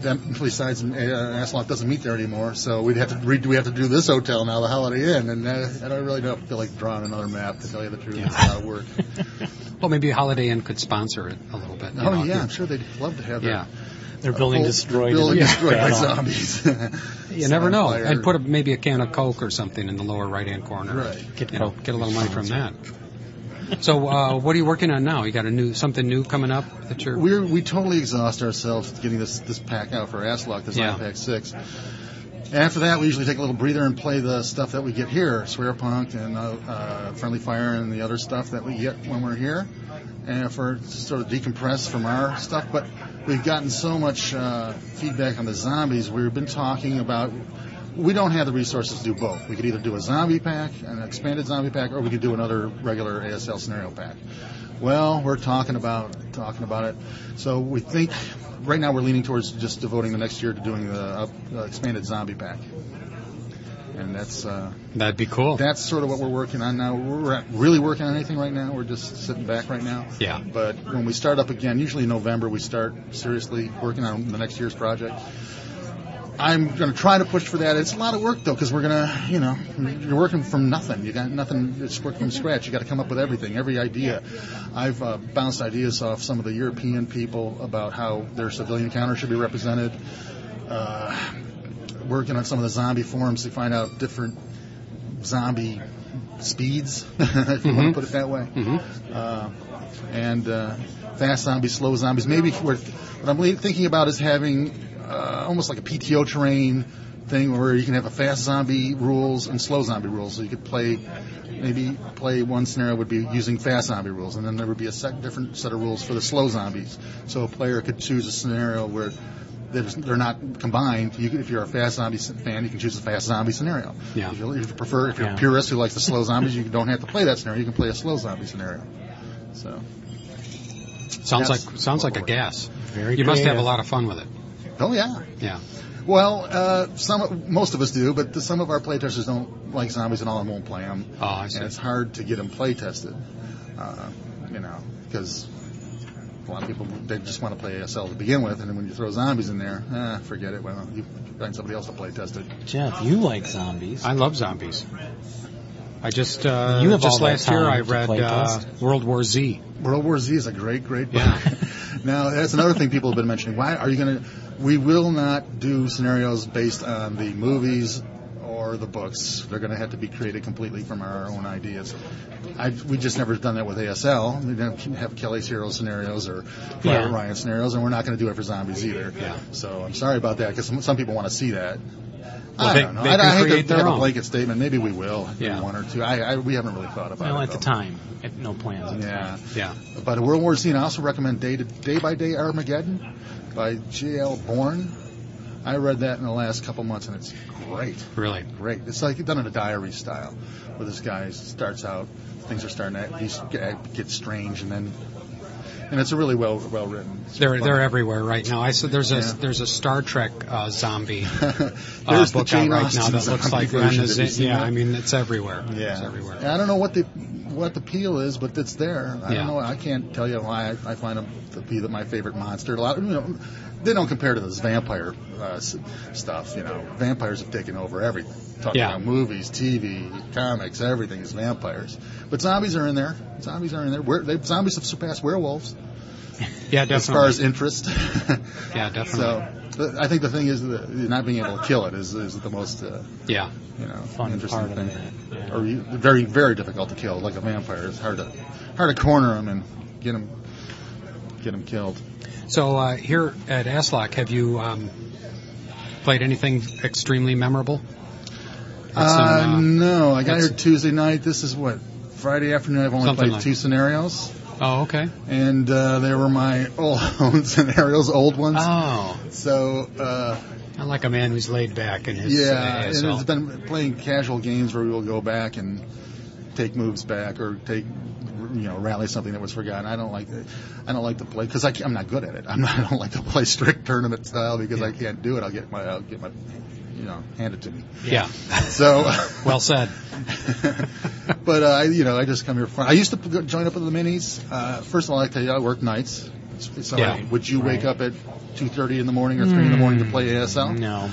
G: then besides, uh, Aslock doesn't meet there anymore, so we'd have to redo. We have to do this hotel now, the Holiday Inn, and uh, I don't really don't feel like drawing another map. To tell you the truth, it's a lot of work.
I: Well, maybe Holiday Inn could sponsor it a little bit. you
G: Oh
I: know,
G: yeah, I'm
I: if
G: sure they'd love to have
I: you-
G: their
I: yeah.
H: Their building
G: whole
H: destroyed.
G: building
H: in a
G: destroyed by
H: battle.
G: zombies.
I: You never know. And put a, maybe a can of Coke or something in the lower right hand corner.
G: Right.
I: Get, you know, get a little money from that. So, uh, what are you working on now? You got a new something new coming up that you're
G: We're, we totally exhaust ourselves getting this, this pack out for Aslock, this
I: Yeah.
G: yeah. pack six. After that, we usually take a little breather and play the stuff that we get here, Swear Punk and uh, uh, Friendly Fire and the other stuff that we get when we're here, and for to sort of decompress from our stuff. But we've gotten so much uh, feedback on the zombies. We've been talking about we don't have the resources to do both. We could either do a zombie pack, an expanded zombie pack, or we could do another regular ASL scenario pack. Well, we're talking about talking about it. So we think right now we're leaning towards just devoting the next year to doing the up, uh, expanded zombie pack, and that's uh,
I: That'd be cool.
G: that's sort of what we're working on now. We're not really working on anything right now. We're just sitting back right now.
I: yeah.
G: But when we start up again, usually in November, we start seriously working on the next year's project. I'm going to try to push for that. It's a lot of work though, because we're going to, you know, you're working from nothing. You got nothing. It's work from scratch. You got to come up with everything, every idea. I've uh, bounced ideas off some of the European people about how their civilian counter should be represented. Uh, working on some of the zombie forums to find out different zombie speeds, if you want to put it that way. Uh, and uh, fast zombies, slow zombies. Maybe we're, what I'm le- thinking about is having uh, almost like a PTO terrain thing where you can have a fast zombie rules and slow zombie rules. So you could play maybe play one scenario would be using fast zombie rules, and then there would be a set, different set of rules for the slow zombies. So a player could choose a scenario where there's- they're not combined. You can, if you're a fast zombie s- fan, you can choose a fast zombie scenario.
I: Yeah.
G: If you, if you prefer, if you're
H: Yeah.
G: a purist who likes the slow zombies, you don't have to play that scenario. You can play a slow zombie scenario. So
I: Sounds
G: That's
I: like sounds
G: what
I: like a
G: we're-
I: gas.
H: Very
I: You must have a
H: creative.
I: lot of fun with it.
G: Oh yeah.
I: Yeah.
G: Well, uh, some most of us do, but the, some of our playtesters don't like zombies at all and won't play them,
I: Oh, I see.
G: and it's hard to get them play tested. Uh, you know, because a lot of people they just want to play ASL to begin with, and then when you throw zombies in there, eh, forget it. Well, you find somebody else to play test it.
H: Jeff, you like zombies.
I: I love zombies. I just uh,
H: You have all
I: just
H: that
I: last year
H: time
I: I
H: to
I: read
H: play
I: uh,
H: test.
I: World War Z.
G: World War Z is a great, great book.
I: Yeah.
G: now, that's another thing people have been mentioning. Why are you going to? We will not do scenarios based on the movies or the books. They're going to have to be created completely from our own ideas. I, we just never done that with ASL. We don't have Kelly's Hero scenarios or Private
H: Yeah.
G: Ryan scenarios, and we're not going to do it for zombies either.
I: Yeah.
G: So I'm sorry about that because some, some people want to see that.
I: Well,
G: I
I: they-
G: don't know.
I: they
G: I, I
I: can
G: hate
I: create
G: to
I: their
G: have a
I: own.
G: blanket statement. Maybe we will. do
I: Yeah.
G: One or two. I, I, we haven't really thought about
H: well,
G: it.
H: at the
G: though.
H: time, at no plans. At the
G: Yeah.
H: time.
I: Yeah.
G: But World War Z, and I also recommend Day to Day by Day Armageddon by J.L. Bourne. I read that in the last couple months, and it's great,
I: Really.
G: great. It's like done in a diary style, where this guy starts out, things are starting to he's- get strange, and then, and it's a really well well written.
I: They're they're everywhere right now. I said there's a
G: Yeah.
I: there's a Star Trek uh, zombie uh,
G: There's the
I: book out
G: Jane
I: right
G: Austen
I: now that looks
G: zombie
I: like
G: version.
I: Ren
G: Have you
I: is
G: seen
I: yeah.
G: that?
I: I mean it's everywhere.
G: Yeah,
I: It's everywhere.
G: I don't know what the what the appeal is, but it's there. I
I: Yeah.
G: don't know. I can't tell you why I, I find them to be the, my favorite monster. A lot, you know, they don't compare to this vampire uh, s- stuff. You know, vampires have taken over everything. Talking
I: Yeah.
G: about movies, TV, comics, everything is vampires. But zombies are in there. Zombies are in there. Were, they, zombies have surpassed werewolves
I: Yeah, definitely.
G: as far as interest.
I: yeah, definitely.
G: so. the- I think the thing is that not being able to kill it is, is the most uh,
I: yeah.
G: you know
H: Fun
G: interesting
H: part of
G: thing
H: that, yeah.
G: or you, very very difficult to kill, like a vampire. It's hard to hard to corner them and get them get them killed.
I: So uh, here at Aslock, have you um, played anything extremely memorable? That's some,
G: Uh,
I: uh,
G: no, I got
I: that's-
G: here Tuesday night. This is what Friday afternoon. I've only
I: Something
G: played
I: like-
G: two scenarios,
I: oh, okay.
G: and uh, they were my old scenarios, old ones.
I: Oh,
G: So uh,
I: I like a man who's laid back in his
G: yeah,
I: uh,
G: and
I: ASL.
G: it's been playing casual games where we will go back and take moves back or take you know rally something that was forgotten. I don't like to, I don't like to play because I'm not good at it. I'm not, I don't like to play strict tournament style because I can't do it. I'll get my I'll get my you know handed to me.
I: yeah.
G: So.
I: Well said.
G: but uh, I, you know, I just come here. For, I used to p- join up with the minis. Uh, first of all, I tell you, I work nights. So
I: Yeah.
G: I- would you wake up at 2:30 in the morning or 3 in the morning to play ASL?
H: No.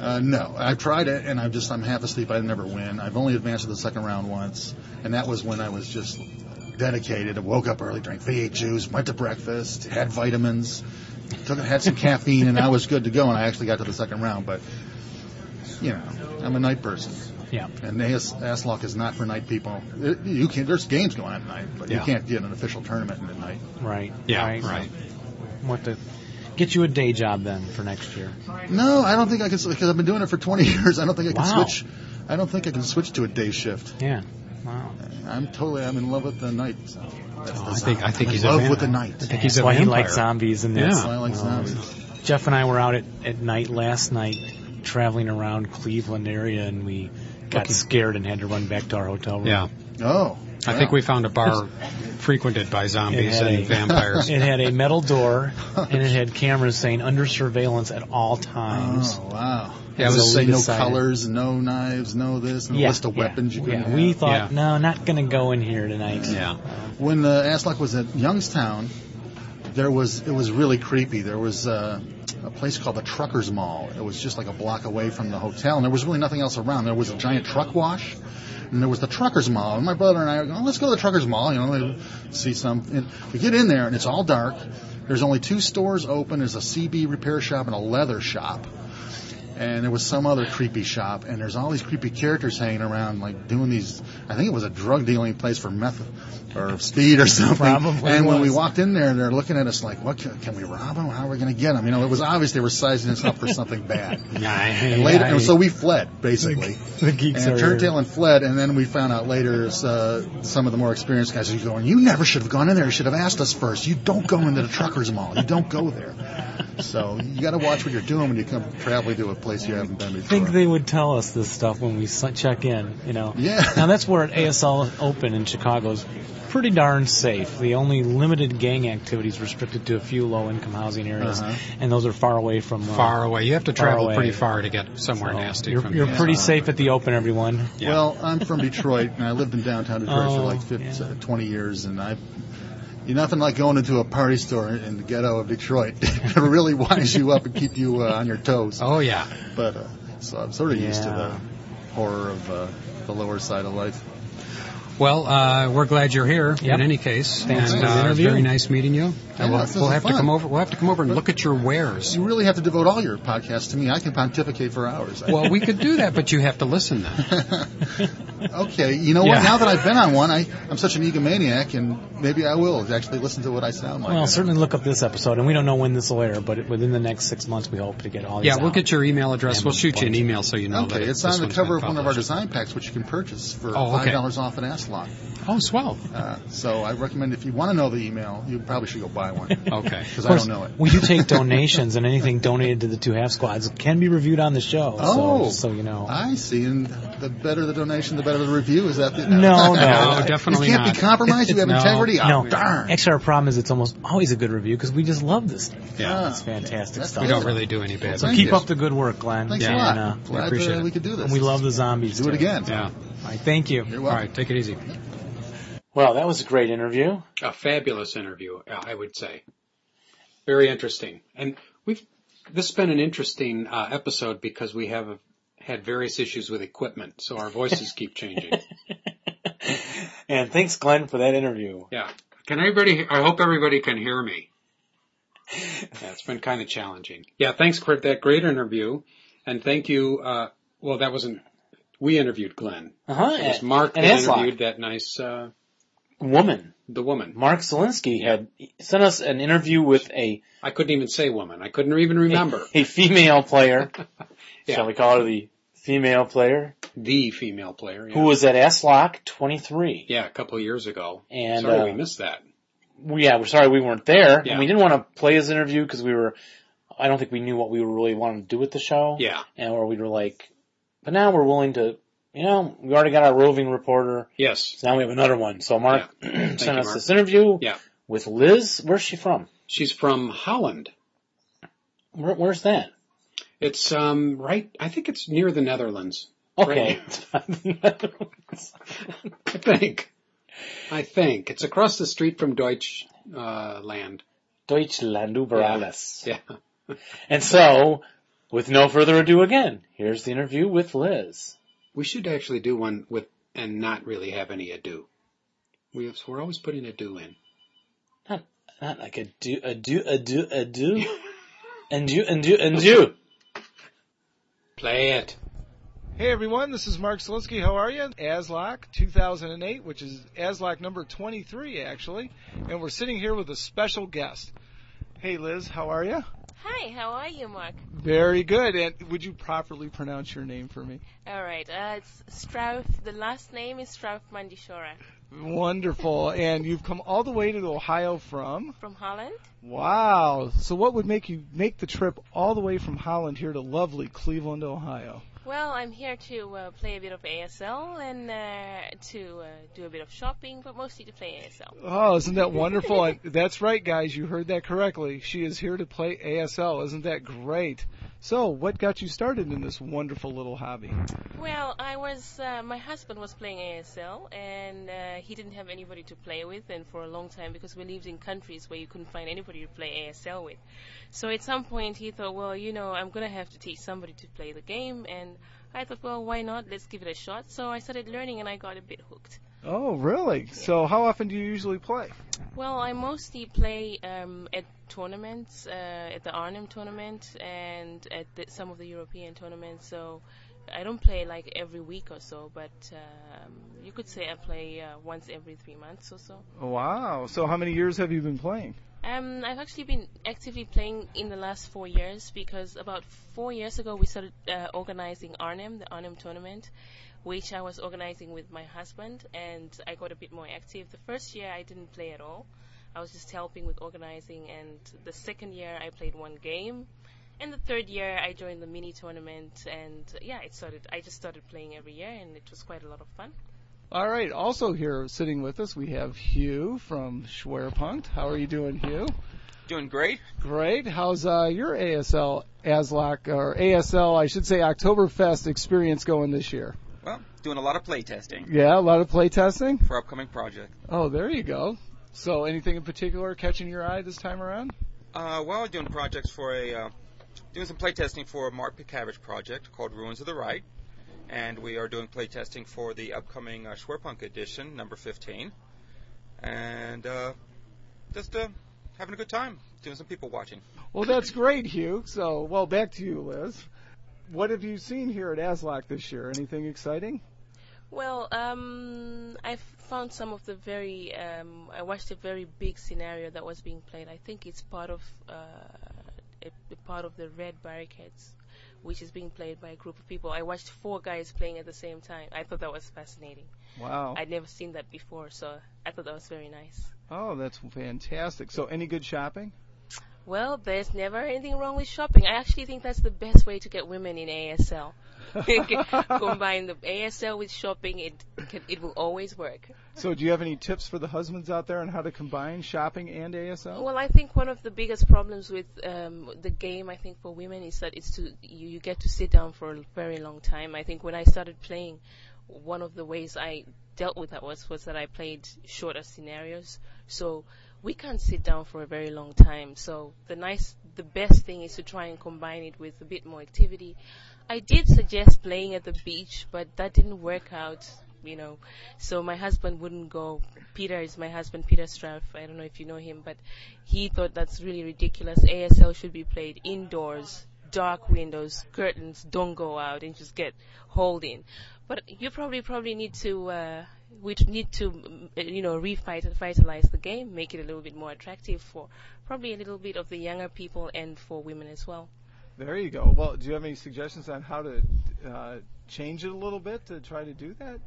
G: Uh, no, I tried it, and I'm just I'm half asleep. I never win. I've only advanced to the second round once, and that was when I was just dedicated. I woke up early, drank V8 juice, went to breakfast, had vitamins, took had some caffeine, and I was good to go. And I actually got to the second round, but you know, I'm a night person.
D: Yeah.
G: And AS, ASLOC is not for night people. It- you can There's games going on at night, but
J: Yeah.
G: you can't get an official tournament at night.
D: Right.
J: Yeah,
D: Right.
J: right.
D: What to get you a day job then for next year?
G: No, I don't think I can because I've been doing it for 20 years. I don't think I can
D: Wow.
G: switch. I don't think I can switch to a day shift.
D: Yeah. Wow.
G: I'm totally. I'm in love with the night. So that's
J: Oh, I
G: the
J: think- I
G: zombie.
J: think
G: I'm
J: he's
G: in
J: a
G: love
J: man.
G: with the night.
J: I think he's
D: That's
J: a
D: why he
J: vampire.
D: likes zombies and
J: Yeah.
D: this. Oh.
G: That's why I like zombies.
D: Jeff and I were out at, at night last night traveling around Cleveland area and we got
J: Lucky.
D: scared and had to run back to our hotel room.
J: Yeah.
G: Oh,
J: I think we found a bar frequented by zombies
D: It had
J: and
D: a-
J: vampires.
D: It had a metal door and it had cameras saying under surveillance at all times.
G: Oh wow!
J: Yeah, I
G: Does it
J: was
G: say
D: saying
G: no
D: decided.
G: colors, no knives, no this, and a
D: Yeah,
G: list of
D: yeah.
G: weapons you can
D: Yeah,
G: have.
D: we thought,
J: Yeah.
D: no, not going to go in here tonight.
J: yeah.
G: when uh, Aslock was at Youngstown, there was it was really creepy. There was uh, a place called the Truckers Mall. It was just like a block away from the hotel, and there was really nothing else around. There was a giant truck wash, and there was the Truckers Mall. And my brother and I were going, let's go to the Truckers Mall. You know, they see some. And we get in there, and it's all dark. There's only two stores open. There's a CB repair shop and a leather shop. And there was some other creepy shop, and there's all these creepy characters hanging around, like doing these. I think it was a drug dealing place for meth or speed or something.
D: Probably
G: and when we
D: was.
G: walked in there, they're looking at us like, "What can, can we rob them? How are we going to get them?" You know, it was obvious they were sizing us up for something bad. And later, and so we fled basically.
D: The geeks
G: and
D: are
G: turned tail and fled, and then we found out later uh, some of the more experienced guys are going, "You never should have gone in there. You should have asked us first. You don't go into the truckers mall. You don't go there." So you got to watch what you're doing when you come traveling to a place you haven't been before.
D: think they would tell us this stuff when we s- check in, you know.
G: Yeah.
D: Now that's where at ASL Open in Chicago is pretty darn safe. The only limited gang activity is restricted to a few low-income housing areas,
G: Uh-huh.
D: and those are far away from uh,
J: Far away. You have to
D: Far
J: travel
D: away.
J: pretty far to get somewhere
D: so
J: nasty.
D: You're,
J: from
D: you're
J: the
D: pretty
J: outside.
D: safe at the open,
G: Oh
D: everyone.
J: Yeah.
G: Well, I'm from Detroit, and I lived in downtown Detroit for
D: Oh,
G: like 50,
D: yeah.
G: uh, 20 years, and I. You nothing like going into a party store in the ghetto of Detroit. it really winds you up and keep you uh, on your toes.
J: Oh yeah.
G: But uh, so I'm sort of used to
D: Yeah.
G: the horror of uh, the lower side of life.
J: Well, uh, we're glad you're here.
D: Yep.
J: In any case,
D: Thanks
J: and
D: for the
J: uh,
D: interview.
J: very nice meeting you.
G: Yeah,
J: And we'll
G: this
J: we'll
G: was
J: have to
G: fun.
J: come over. We'll have to come over and look at your wares.
G: You really have to devote all your podcasts to me. I can pontificate for hours.
J: Well, we could do that, but you have to listen then.
G: okay, you know
D: Yeah.
G: what? Now that I've been on one, I, I'm such an egomaniac, and maybe I will actually listen to what I sound like.
D: Well, certainly look up this episode, and we don't know when this will air, but it- within the next six months, we hope to get all these.
J: Yeah, we'll
D: out.
J: get your email address.
D: And
J: We'll shoot you an email so you know that
G: okay,
J: it-
G: it's
J: this
G: on the
J: one's
G: cover of
J: been
G: one of our
J: published.
G: design packs, which you can purchase for
J: Oh, okay.
G: five dollars off at Aslock.
J: Oh, swell.
G: Uh, so I recommend if you want to know the email, you probably should go buy one
J: Okay.
G: because
D: Of
G: I
D: course,
G: don't know it.
D: we do take donations, and anything donated to the two half squads can be reviewed on the show. so,
G: Oh.
D: just so you know.
G: I see, and the better the donation, the better the review. Is that the
D: No, no.
J: No, definitely
G: You can't
J: not.
G: be compromised. you have
J: No.
G: integrity. Oh,
D: no,
G: darn.
D: Actually, our problem is it's almost always a good review because we just love this.
J: Yeah.
D: It's fantastic
G: That's
D: stuff.
J: We don't really do any bad.
G: Thank
D: Keep
G: you.
D: up the good work, Glenn.
G: Thanks
J: Yeah.
G: a lot.
D: And, uh,
G: Glad
J: appreciate
G: that
J: it.
G: we could do this.
D: and we love the zombies.
G: do it
D: too.
G: again.
J: Yeah.
D: All right, thank you.
G: You're
J: All
G: welcome.
J: right. Take it easy.
D: Well, that was a great interview.
C: a fabulous interview, I would say. Very interesting. And we've, this has been an interesting uh, episode because we have had various issues with equipment, so our voices keep changing.
D: and thanks, Glenn, for that interview.
C: Yeah. Can everybody, I hope everybody can hear me. Yeah, it's been kind of challenging. Yeah, thanks for that great interview. And thank you, uh, well, that wasn't, we interviewed Glenn.
D: Uh huh.
C: It was Mark
D: and
C: that
D: Aslock.
C: interviewed that nice, uh,
D: Woman.
C: the woman.
D: Mark Zelinsky had sent us an interview with a
C: I couldn't even say woman. I couldn't even remember
D: a female player.
C: Yeah.
D: Shall we call her the female player?
C: the female player. Yeah,
D: Who was at Aslock 23.
C: yeah a couple of years ago.
D: And,
C: Sorry
D: uh,
C: we missed that.
D: we, yeah, we're sorry we weren't there.
C: Yeah.
D: And we didn't want to play his interview because we were, I don't think we knew what we really wanted to do with the show.
C: Yeah.
D: And where we were like, but now we're willing to, you know, we already got our roving reporter.
C: Yes.
D: So now we have another one. So Mark sent
C: you,
D: us
C: Mark.
D: this interview
C: Yeah.
D: with Liz. Where's she from?
C: She's from Holland.
D: Where, where's that?
C: It's, um, right, I think it's near the Netherlands.
D: Okay.
C: I think. I think. It's across the street from Deutsch, uh, land.
D: Deutschland über alles.
C: Yeah.
D: And so, with no further ado again, here's the interview with Liz.
C: We should actually do one with, and not really have any ado. We have, we're always putting a do in.
D: Not, not like a do, a do, a do, a do. And you, and you, and you.
C: Play it.
K: Hey everyone, this is Mark Slinsky. How are you? ASLOC 2008, which is ASLOC number 23 actually, and we're sitting here with a special guest. Hey Liz, how are you?
L: Hi, how are you, Mark?
K: Very good. And would you properly pronounce your name for me?
L: All right, uh, it's Strauth. The last name is Strauth Mandishora
K: Wonderful. and you've come all the way to Ohio from?
L: from Holland.
K: Wow. So what would make you make the trip all the way from Holland here to lovely Cleveland, Ohio?
L: Well, I'm here to uh, play a bit of ASL and uh, to uh, do a bit of shopping, but mostly to play ASL.
K: Oh, isn't that wonderful? and that's right, guys. You heard that correctly. She is here to play ASL. Isn't that great? So, what got you started in this wonderful little hobby?
L: Well, I was uh, my husband was playing ASL, and uh, he didn't have anybody to play with, and for a long time because we lived in countries where you couldn't find anybody to play ASL with. So at some point he thought, well, you know, I'm gonna have to teach somebody to play the game, and I thought, well, why not? Let's give it a shot. So I started learning, and I got a bit hooked.
K: Oh, really? So, how often do you usually play?
L: Well, I mostly play um, at tournaments, uh, at the Arnhem tournament, and at the, some of the European tournaments. So I don't play like every week or so, but um, you could say I play uh, once every three months or so.
K: Wow. So, how many years have you been playing?
L: Um, I've actually been actively playing in the last four years because about four years ago we started uh, organizing Arnhem, the Arnhem tournament, which I was organizing with my husband, and I got a bit more active. The first year I didn't play at all. I was just helping with organizing, and the second year I played one game, and the third year I joined the mini tournament, and uh, yeah, it started. I just started playing every year, and it was quite a lot of fun.
K: All right. Also, here sitting with us, we have Hugh from Schwerpunkt. How are you doing, Hugh?
M: Doing great.
K: Great. How's uh, your ASL ASLOC or ASL, I should say, Oktoberfest experience going this year?
M: Well, doing a lot of play testing
K: Yeah, a lot of play testing.
M: for upcoming project.
K: Oh, there you go. So, anything in particular catching your eye this time around?
M: Uh, well, doing projects for a uh, doing some play testing for Mark Picavage project called Ruins of the Right, and we are doing play testing for the upcoming uh, Schwerpunk edition number 15, and uh, just uh, having a good time doing some people watching.
K: Well, that's great, Hugh. So, well, back to you, Liz. What have you seen here at ASLOC this year? Anything exciting?
L: Well, um, I found some of the very. Um, I watched a very big scenario that was being played. I think it's part of uh, a, a part of the Red Barricades, which is being played by a group of people. I watched four guys playing at the same time. I thought that was fascinating.
K: Wow.
L: I'd never seen that before, so I thought that was very nice.
K: Oh, that's fantastic. So, any good shopping?
L: Well, there's never anything wrong with shopping. I actually think that's the best way to get women in ASL. Combine the ASL with shopping, it can, it will always work.
K: So, do you have any tips for the husbands out there on how to combine shopping and ASL?
L: Well, I think one of the biggest problems with um, the game, I think for women, is that it's to you, you get to sit down for a very long time. I think when I started playing, one of the ways I dealt with that was was that I played shorter scenarios, so we can't sit down for a very long time. So the nice, the best thing is to try and combine it with a bit more activity. I did suggest playing at the beach, but that didn't work out. You know, so my husband wouldn't go. Peter is my husband, Peter Straff. I don't know if you know him, but he thought that's really ridiculous. ASL should be played indoors, dark windows, curtains. Don't go out and just get hauled in. But you probably probably need to uh, we t- need to mm, uh, you know refight and vitalize the game, make it a little bit more attractive for probably a little bit of the younger people and for women as well.
K: There you go. Well, do you have any suggestions on how to uh, change it a little bit to try to do that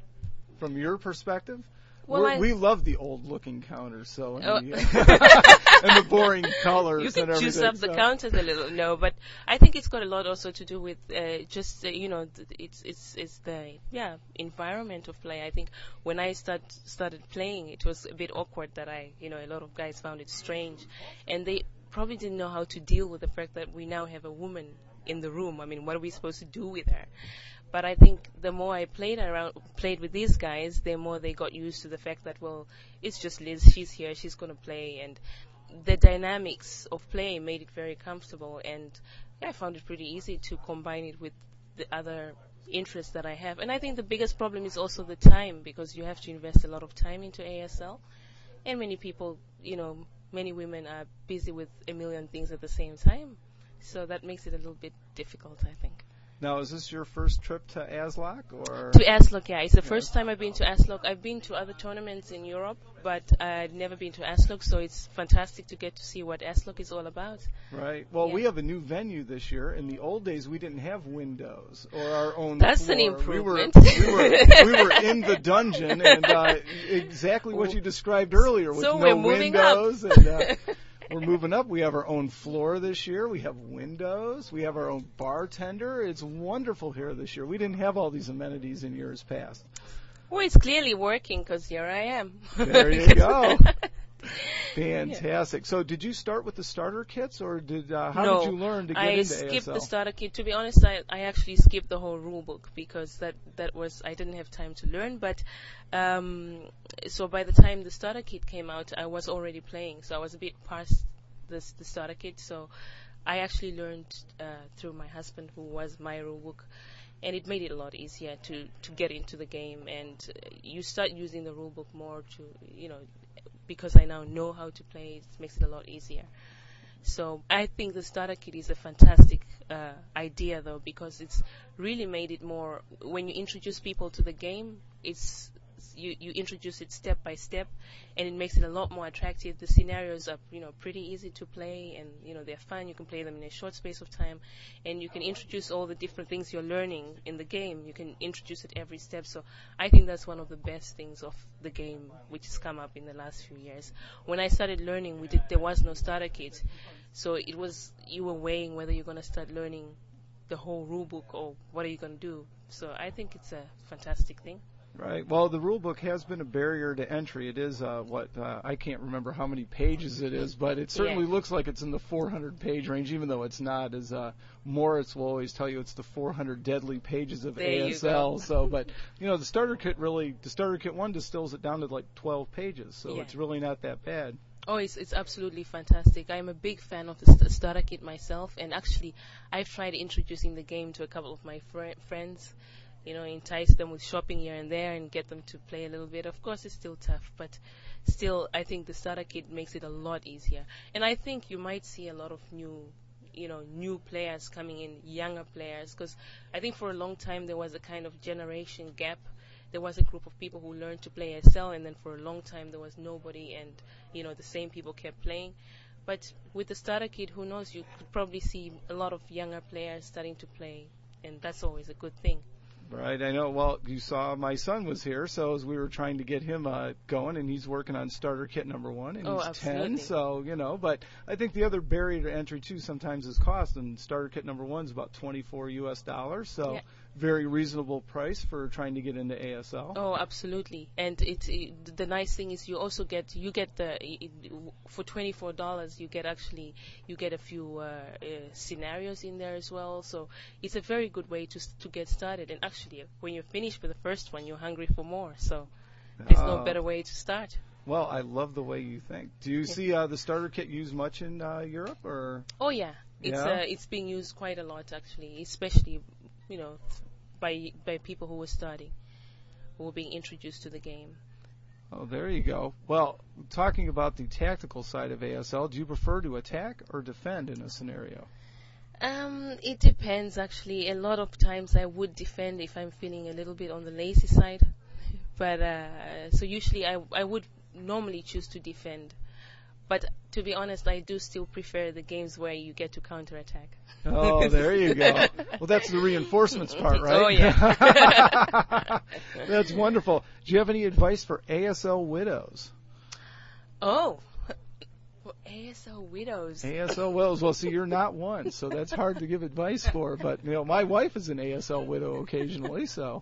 K: from your perspective?
L: Well,
K: We're-
L: I-
K: we love the old-looking counters, so and,
L: Oh.
K: the, uh, and the boring colors
L: You can
K: and everything.
L: juice up the
K: so-
L: counters a little, no, but I think it's got a lot also to do with uh, just uh, you know th- it's it's it's the yeah environment of play. I think when I start started playing, it was a bit awkward that I you know a lot of guys found it strange, and they probably didn't know how to deal with the fact that we now have a woman in the room. I mean, what are we supposed to do with her? But I think the more I played around, played with these guys, the more they got used to the fact that well, it's just Liz. She's here. She's gonna play, and the dynamics of play made it very comfortable, and I found it pretty easy to combine it with the other interests that I have. And I think the biggest problem is also the time because you have to invest a lot of time into ASL, and many people, you know, many women are busy with a million things at the same time, so that makes it a little bit difficult, I think.
K: Now, is this your first trip to ASLOC or
L: To Aslock, yeah, it's the first time I've been to Aslock. I've been to other tournaments in Europe, but I've never been to Aslock, so it's fantastic to get to see what Aslock is all about.
K: Right. Well, we have a new venue this year. In the old days, we didn't have windows or our own.
L: That's
K: floor.
L: an improvement.
K: We were, we were, we were in the dungeon, and uh, exactly what you described earlier with
L: So
K: no
L: we're moving up.
K: windows. And, uh, we're moving up. We have our own floor this year. We have windows. We have our own bartender. It's wonderful here this year. We didn't have all these amenities in years past.
L: Well, it's clearly working because here I am.
K: There you go. Fantastic. So, did you start with the starter kits, or did uh, how
L: no,
K: did you learn to get
L: I
K: into
L: skipped
K: ASL?
L: the starter kit. To be honest, I, I actually skipped the whole rule book because that, that was I didn't have time to learn. But um, so by the time the starter kit came out, I was already playing, so I was a bit past this, the starter kit. So I actually learned uh, through my husband, who was my rule book. And it made it a lot easier to, to get into the game, and uh, you start using the rule book more to, you know, because I now know how to play, it makes it a lot easier. So I think the starter kit is a fantastic uh, idea, though, because it's really made it more. When you introduce people to the game, it's you, you introduce it step by step, and it makes it a lot more attractive. The scenarios are you know pretty easy to play, and you know they're fun. You can play them in a short space of time, and you can introduce all the different things you're learning in the game. You can introduce it every step. So I think that's one of the best things of the game, which has come up in the last few years. When I started learning, we did there was no starter kit, so it was you were weighing whether you're going to start learning the whole rule book or what are you going to do. So I think it's a fantastic thing.
K: Right. Well, the rule book has been a barrier to entry. It is uh, what uh, I can't remember how many pages it is, but it certainly
L: Yeah.
K: looks like it's in the 400 page range, even though it's not. As uh, Moritz will always tell you, it's the 400 deadly pages of
L: There you go.
K: ASL. So, but you know, the starter kit really, the starter kit one distills it down to like 12 pages, so
L: Yeah.
K: it's really not that bad.
L: Oh, it's it's absolutely fantastic. I'm a big fan of the st- starter kit myself, and actually, I've tried introducing the game to a couple of my fri friends. You know, entice them with shopping here and there, and get them to play a little bit. Of course, it's still tough, but still, I think the starter kit makes it a lot easier. And I think you might see a lot of new, you know, new players coming in, younger players, because I think for a long time there was a kind of generation gap. There was a group of people who learned to play SL, and then for a long time there was nobody, and you know the same people kept playing. But with the starter kit, who knows? You could probably see a lot of younger players starting to play, and that's always a good thing.
K: Right, I know. Well, you saw my son was here, so as we were trying to get him uh, going, and he's working on starter kit number one, and
L: Oh,
K: he's ten,
L: absolutely.
K: so you know. But I think the other barrier to entry too sometimes is cost, and starter kit number one is about twenty-four U.S. dollars, so
L: Yeah.
K: very reasonable price for trying to get into ASL.
L: Oh, absolutely. And it, it the nice thing is you also get you get the it, for twenty four dollars you get actually you get a few uh, uh, scenarios in there as well. So it's a very good way to s- to get started. And actually, uh, when you're finished with the first one, you're hungry for more. So there's
K: Oh.
L: no better way to start.
K: Well, I love the way you think. Do you see uh, the starter kit used much in uh, Europe, or
L: Oh yeah, it's
K: Yeah?
L: uh, it's being used quite a lot actually, especially you know by by people who were starting, who were being introduced to the game.
K: Oh, there you go. Well, talking about the tactical side of ASL, do you prefer to attack or defend in a scenario?
L: Um, it depends actually. A lot of times I would defend if I'm feeling a little bit on the lazy side, but uh, so usually I I would normally choose to defend. But to be honest, I do still prefer the games where you get to counterattack.
K: Oh, there you go. Well, that's the reinforcements part, right?
L: Oh, yeah.
K: that's wonderful. Do you have any advice for ASL widows?
L: Oh, well, ASL widows.
K: ASL widows. Well, see, you're not one, so that's hard to give advice for. But you know, my wife is an ASL widow occasionally, so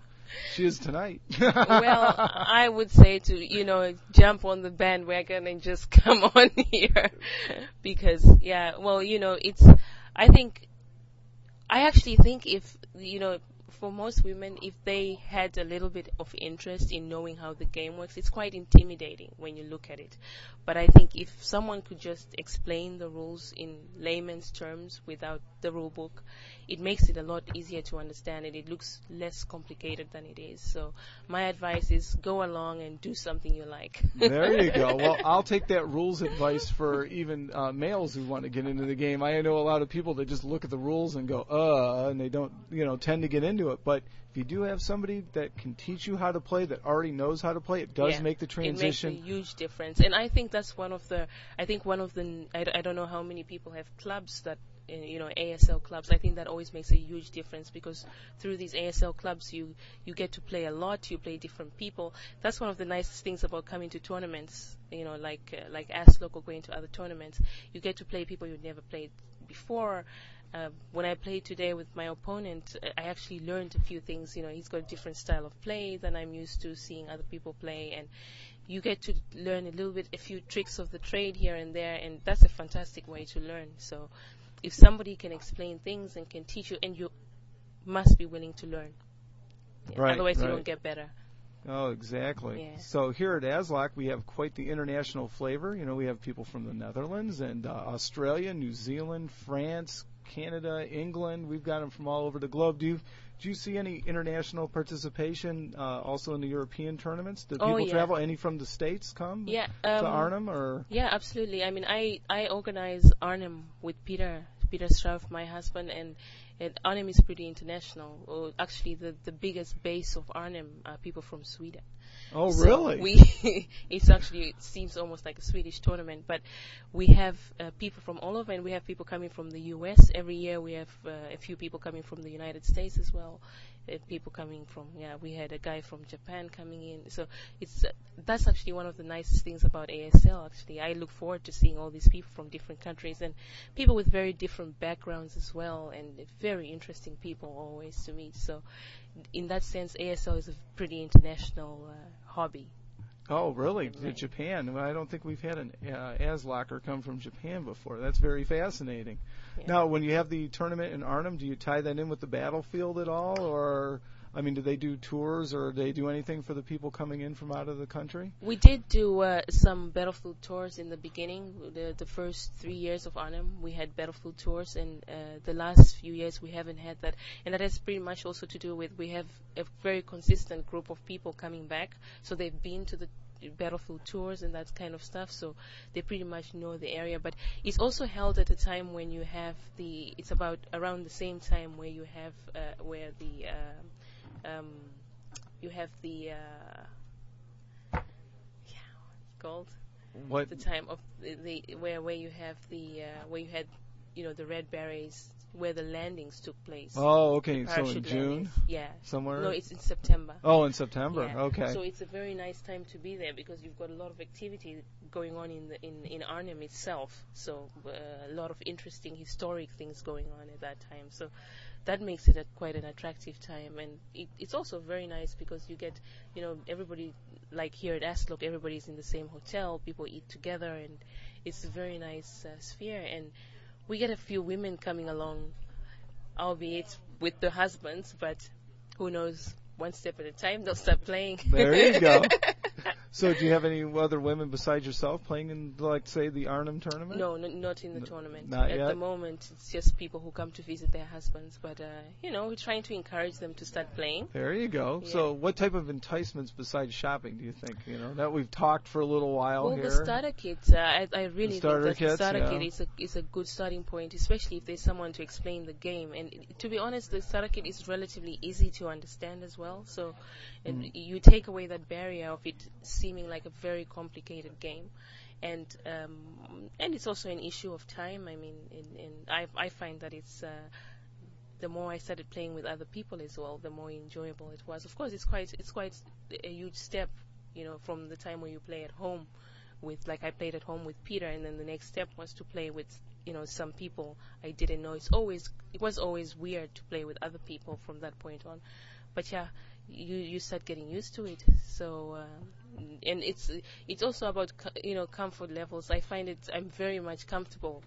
K: she is tonight.
L: well, I would say to, you know, jump on the bandwagon and just come on here. because, yeah, well, you know, it's, I think, I actually think if, you know, for most women, if they had a little bit of interest in knowing how the game works, it's quite intimidating when you look at it. But I think if someone could just explain the rules in layman's terms without the rule book, it makes it a lot easier to understand and it looks less complicated than it is. So my advice is go along and do something you like.
K: There you go. Well, I'll take that rules advice for even uh, males who want to get into the game. I know a lot of people that just look at the rules and go, uh, and they don't, you know, tend to get into it. But if you do have somebody that can teach you how to play, that already knows how to play, it does
L: Yeah,
K: make the transition.
L: It makes a huge difference, and I think that's one of the. I think one of the. I, d- I don't know how many people have clubs that uh, you know ASL clubs. I think that always makes a huge difference because through these ASL clubs, you you get to play a lot. You play different people. That's one of the nicest things about coming to tournaments. You know, like uh, like ASLOC or going to other tournaments, you get to play people you've never played before. Uh, when I played today with my opponent, uh, I actually learned a few things. You know, he's got a different style of play than I'm used to seeing other people play, and you get to learn a little bit, a few tricks of the trade here and there, and that's a fantastic way to learn. So, if somebody can explain things and can teach you, and you must be willing to learn, Yeah,
K: Right,
L: otherwise
K: right.
L: you don't get better.
K: Oh, exactly.
L: Yeah.
K: So here at ASLOC, we have quite the international flavor. You know, we have people from the Netherlands and uh, Australia, New Zealand, France, Canada, England. We've got them from all over the globe. Do you do you see any international participation uh, also in the European tournaments? Do
L: Oh,
K: people
L: yeah.
K: travel? Any from the states come
L: Yeah. Um,
K: to Arnhem or?
L: Yeah, absolutely. I mean, I I organize Arnhem with Peter Peter Straff, my husband, and, and Arnhem is pretty international. Or actually, the the biggest base of Arnhem are people from Sweden.
K: Oh,
L: So
K: really?
L: We it's actually it seems almost like a Swedish tournament, but we have uh, people from all over, and we have people coming from the U.S. every year. We have uh, a few people coming from the United States as well. Uh, people coming from yeah, we had a guy from Japan coming in. So it's uh, that's actually one of the nicest things about ASL. Actually, I look forward to seeing all these people from different countries and people with very different backgrounds as well, and very interesting people always to meet. So in that sense, ASL is a pretty international uh, hobby.
K: Oh, really? To Japan? Well, I don't think we've had an uh, ASLOCer come from Japan before. That's very fascinating. Now, when you have the tournament in Arnhem, do you tie that in with the battlefield at all, or I mean, do they do tours, or do they do anything for the people coming in from out of the country?
L: We did do uh, some battlefield tours in the beginning. The, the first three years of Arnhem, we had battlefield tours, and uh, the last few years we haven't had that. And that has pretty much also to do with we have a very consistent group of people coming back, so they've been to the battlefield tours and that kind of stuff, so they pretty much know the area. But it's also held at a time when you have the. It's about around the same time where you have uh, where the. Uh, um, you have the. Uh, called?
K: What-
L: the time of the, the where where you have the uh, where you had you know the red berries where the landings took place.
K: Oh, okay.
L: The
K: So in
L: parachute
K: June,
L: landings. Yeah.
K: somewhere.
L: No, it's in September.
K: Oh, in September.
L: Yeah.
K: Okay.
L: So it's a very nice time to be there because you've got a lot of activity going on in the, in in Arnhem itself. So uh, a lot of interesting historic things going on at that time. So that makes it a, quite an attractive time, and it, it's also very nice because you get you know everybody like here at Aslock, everybody's in the same hotel, people eat together, and it's a very nice uh, sphere. And we get a few women coming along, albeit with their husbands, but who knows? One step at a time, they'll start playing.
K: There you go. so do you have any other women besides yourself playing in, like, say, the Arnhem tournament?
L: No, n- not in the tournament.
K: not
L: At
K: yet?
L: the moment, it's just people who come to visit their husbands. But uh, you know, we're trying to encourage them to start playing.
K: There you go. So, what type of enticements besides shopping do you think? You know, that we've talked for a little while
L: well,
K: here.
L: the starter kits, uh, I, I really
K: starter
L: think that
K: kits,
L: the starter
K: yeah.
L: kit is a, is a good starting point, especially if there's someone to explain the game. And i- to be honest, the starter kit is relatively easy to understand as well. So and
K: Hmm.
N: Mm.
L: you take away that barrier of it seeming like a very complicated game. And um, and it's also an issue of time. I mean, and, and I I find that it's uh, the more I started playing with other people as well, the more enjoyable it was. Of course, it's quite it's quite a huge step, you know, from the time when you play at home with like I played at home with Peter, and then the next step was to play with you know some people I didn't know. It's always it was always weird to play with other people from that point on, but yeah, you you start getting used to it. So uh, and it's it's also about co- you know comfort levels. I find it I'm very much comfortable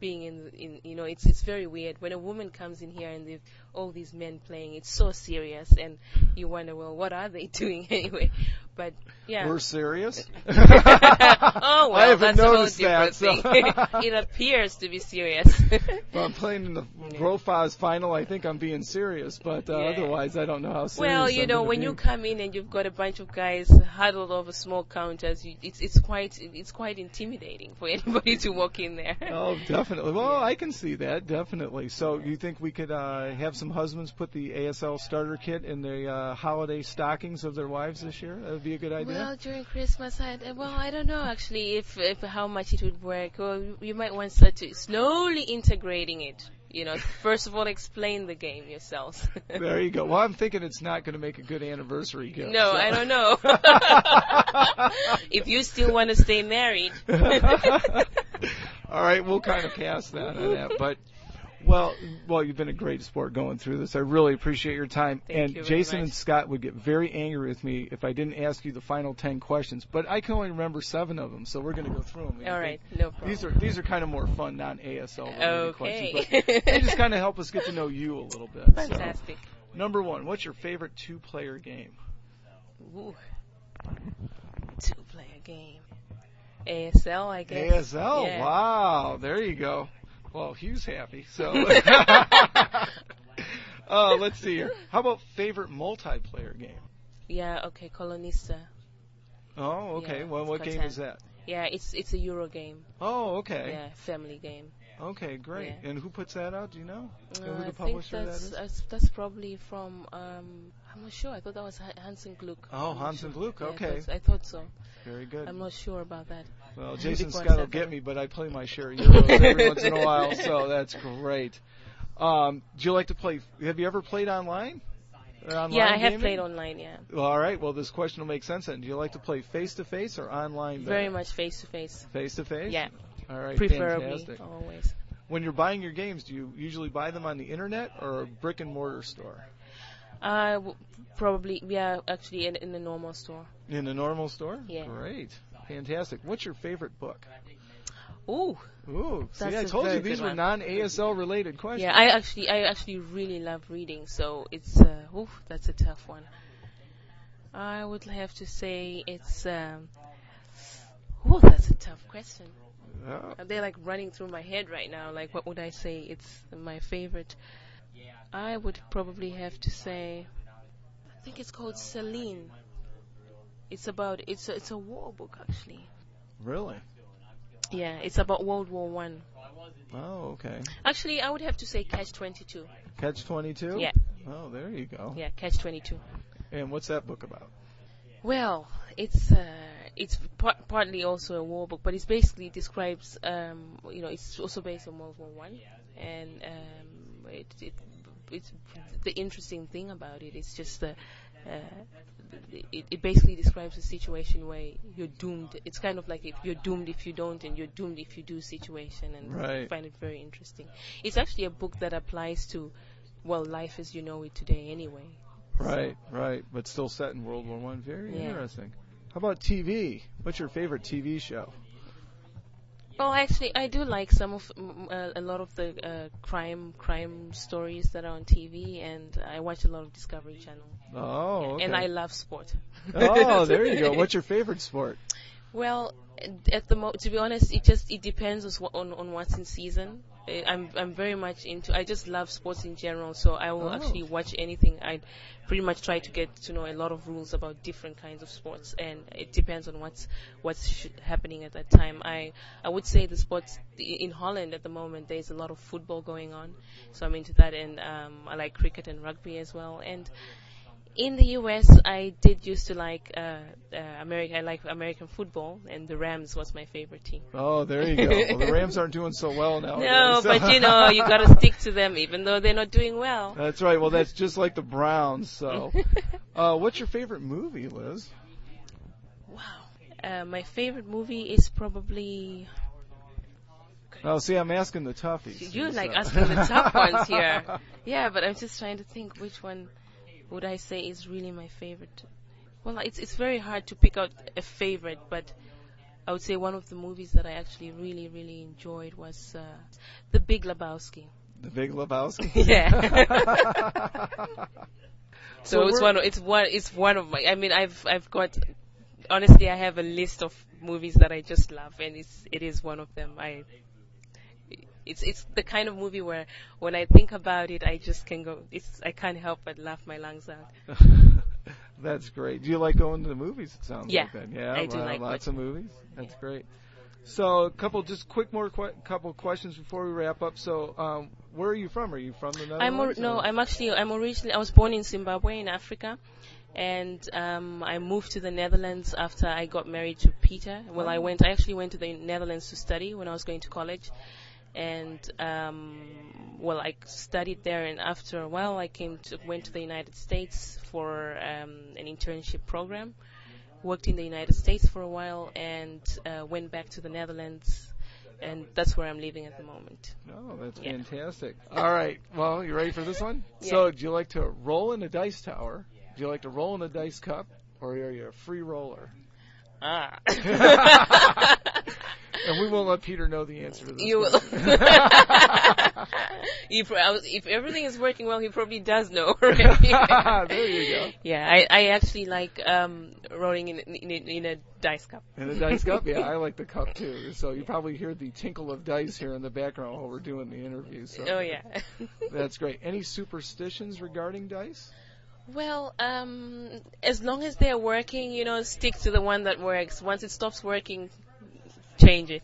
L: being in, in you know, it's it's very weird when a woman comes in here and they've all these men playing. It's so serious, and you wonder, well, what are they doing anyway? But yeah,
K: We're serious. oh,
L: Oh, well,
K: I haven't
L: that's a whole
K: noticed that.
L: different thing.
K: so-
L: it appears to be serious.
K: Well, I'm playing in the Grofaz final. I think I'm being serious, but uh, otherwise, I don't know how serious.
L: Well, you
K: I'm
L: know,
K: gonna
L: when
K: be.
L: you come in and you've got a bunch of guys huddled over small counters, you, it's it's quite it's quite intimidating for anybody to walk in there.
K: Oh, definitely. Well, I can see that definitely. So, you think we could uh, have some husbands put the ASL starter kit in the uh, holiday stockings of their wives this year? That would be a good idea.
L: Well, during Christmas, I uh, well, I don't know actually if, if how much it would work. Well, you might want to start to slowly integrating it. You know, first of all, explain the game yourselves.
K: There you go. Well, I'm thinking it's not going to make a good anniversary gift.
L: No,
K: so.
L: I don't know. if you still want to stay married.
K: All right, we'll kind of pass that on that, but. Well, well, you've been a great sport going through this. I really appreciate your time.
N: Thank
K: and
N: you very
K: Jason
N: much.
K: and Scott would get very angry with me if I didn't ask you the final ten questions, but I can only remember seven of them, so we're going to go through them.
L: All right, no problem.
K: These are these are kind of more fun, non ASL related
L: Okay.
K: questions, but they just kind of help us get to know you a little bit. so.
L: Fantastic.
K: Number one, what's your favorite two-player game?
L: Ooh. Two player game. ASL, I guess.
K: ASL.
L: Yeah.
K: Wow, there you go. Well, Hugh's happy. So, uh, let's see here. How about favorite multiplayer game?
L: Yeah, okay, Colonista.
K: Oh, okay.
L: Yeah,
K: well,
L: it's
K: what
L: got
K: game
L: time.
K: is that?
L: Yeah, it's it's a Euro game.
K: Oh, okay.
L: Yeah, family game.
K: Okay, great. And who puts that out? Do you know?
L: Uh,
K: who the
L: I think
K: publisher
L: that's,
K: that is?
L: that's that's probably from um I'm not sure. I thought that was Ha- Hansen Gluck.
K: Oh,
L: I'm not
K: Hans and
L: sure.
K: Gluck,
L: Yeah, I
K: okay.
L: thought- I thought so.
K: Very good.
L: I'm not sure about that.
K: Well,
L: Maybe
K: Jason
L: Quan
K: Scott will
L: Saka.
K: get me, but I play my share of Euros every once in a while, so that's great. Um, do you like to play? Have you ever played online? Or online
L: Yeah, I have
K: gaming?
L: played online, yeah.
K: Well, all right. Well, this question will make sense then. Do you like to play face to face or online?
L: Very much face to face.
K: Face to face.
L: Yeah.
K: All right.
L: Preferably,
K: fantastic.
L: always.
K: When you're buying your games, do you usually buy them on the internet or a brick and mortar store?
L: Uh, w- probably, yeah, actually in, in the normal store.
K: In a normal store.
L: Yeah.
K: Great. Fantastic. What's your favorite book?
L: Ooh.
K: Ooh. See,
L: That's
K: I
L: a
K: told you
L: very
K: these
L: good
K: were
L: one.
K: non-ASL related questions.
L: Yeah, I actually, I actually really love reading, so it's, uh, oof, that's a tough one. I would have to say it's, um, ooh, that's a tough question.
K: Oh.
L: They're like running through my head right now. Like, what would I say? It's my favorite. I would probably have to say, I think it's called Celine. It's about, it's a, it's a war book actually.
K: Really?
L: Yeah, it's about World War One.
K: Oh, okay.
L: Actually, I would have to say Catch 22.
K: Catch 22?
L: Yeah.
K: Oh, there you go.
L: Yeah, Catch 22.
K: And what's that book about?
L: Well, it's uh, it's part, partly also a war book, but it's basically describes um, you know it's also based on World War One, and um, it, it it's the interesting thing about it is just the. Uh, it, it basically describes a situation where you're doomed. It's kind of like if you're doomed if you don't, and you're doomed if you do situation, and I
O: Right.
L: find it very interesting. It's actually a book that applies to, well, life as you know it today anyway.
K: Right, right, but still set in World War One. Very
L: Yeah.
K: interesting. How about TV? What's your favorite TV show?
L: Oh, actually, I do like some of mm, uh, a lot of the uh, crime crime stories that are on TV, and I watch a lot of Discovery Channel.
K: Oh, okay.
L: And I love sport.
K: oh, there you go. What's your favorite sport?
L: Well, at the mo- to be honest, it just it depends on wha- on, on what's in season. Uh, I'm I'm very much into. I just love sports in general, so I will
O: Oh.
L: actually watch anything. I pretty much try to get to know a lot of rules about different kinds of sports, and it depends on what's what's sh- happening at that time. I I would say the sports i- in Holland at the moment there's a lot of football going on, so I'm into that, and um, I like cricket and rugby as well, and in the US, I did used to like uh, uh, America. I like American football, and the Rams was my favorite team.
K: Oh, there you go. Well, the Rams aren't doing so well now.
L: No, but you know, you gotta stick to them, even though they're not doing well.
K: That's right. Well, that's just like the Browns. So, uh, what's your favorite movie, Liz?
L: Uh, my favorite movie is probably
K: Oh, see, I'm asking the toughies.
L: you like
K: so.
L: asking the tough ones here. Yeah, but I'm just trying to think which one would I say is really my favorite. Well, it's it's very hard to pick out a favorite, but I would say one of the movies that I actually really, really enjoyed was uh, The Big Lebowski.
K: The Big Lebowski.
L: Yeah. so,
K: So
L: it's
K: we're-
L: one. It's one. It's one of my. I mean, I've I've got. Honestly, I have a list of movies that I just love, and it's it is one of them. I. It's it's the kind of movie where when I think about it, I just can go. It's I can't help but laugh my lungs out.
K: That's great. Do you like going to the movies? It sounds
L: Yeah,
K: like then. Yeah,
L: I do
K: wow,
L: like
K: lots of movies. That's great. So, a couple just quick more que- couple questions before we wrap up. So, um, where are you from? Are you from the
L: I'm or,
K: Netherlands?
L: no,
K: or-
L: I'm actually I'm originally I was born in Zimbabwe in Africa, and um, I moved to the Netherlands after I got married to Peter. Well, I went I actually went to the Netherlands to study when I was going to college, and um, well I studied there, and after a while I came to went to the United States for um, an internship program, worked in the United States for a while, and uh, went back to the Netherlands, and that's where I'm living at the moment.
K: Oh, that's
L: Yeah.
K: fantastic. All right. Well, you ready for this one? So, do you like to roll in a dice tower? Do you like to roll in a dice cup? Or are you a free roller?
L: Ah.
K: And we won't let Peter know the answer to this.
L: You will.
K: question.
L: You pro- I was- if everything is working well, he probably does know already.
K: There you go.
L: Yeah, I, I actually like um, rolling in, in, in in a dice cup.
K: And a dice cup, yeah, I like the cup too. So you probably hear the tinkle of dice here in the background while we're doing the interview. So
L: Oh, yeah.
K: that's great. Any superstitions regarding dice?
L: Well, um, as long as they're working, you know, stick to the one that works. Once it stops working, change it.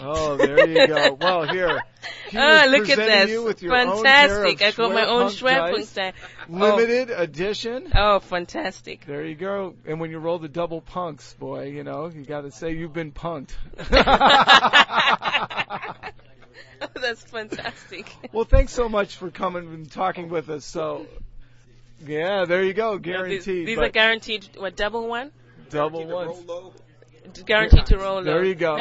K: Oh, there you go. Well, here, he
L: Ah,
K: is
L: look at
K: presenting
L: this.
K: you with your own pair of
L: Fantastic. I got my own
K: Schwerpunkt
L: Schwerpunkt
K: dice.
L: dice. Oh.
K: Limited edition.
L: Oh, fantastic.
K: There you go. And when you roll the double punks, boy, you know, you got to say you've been punked.
L: That's fantastic.
K: well, thanks so much for coming and talking with us. So, yeah, there you go.
L: You know, these-
K: Guaranteed.
L: These
K: but
L: are guaranteed. What double one?
K: double ones.
L: Guaranteed to roll.
K: There
L: low.
K: you go.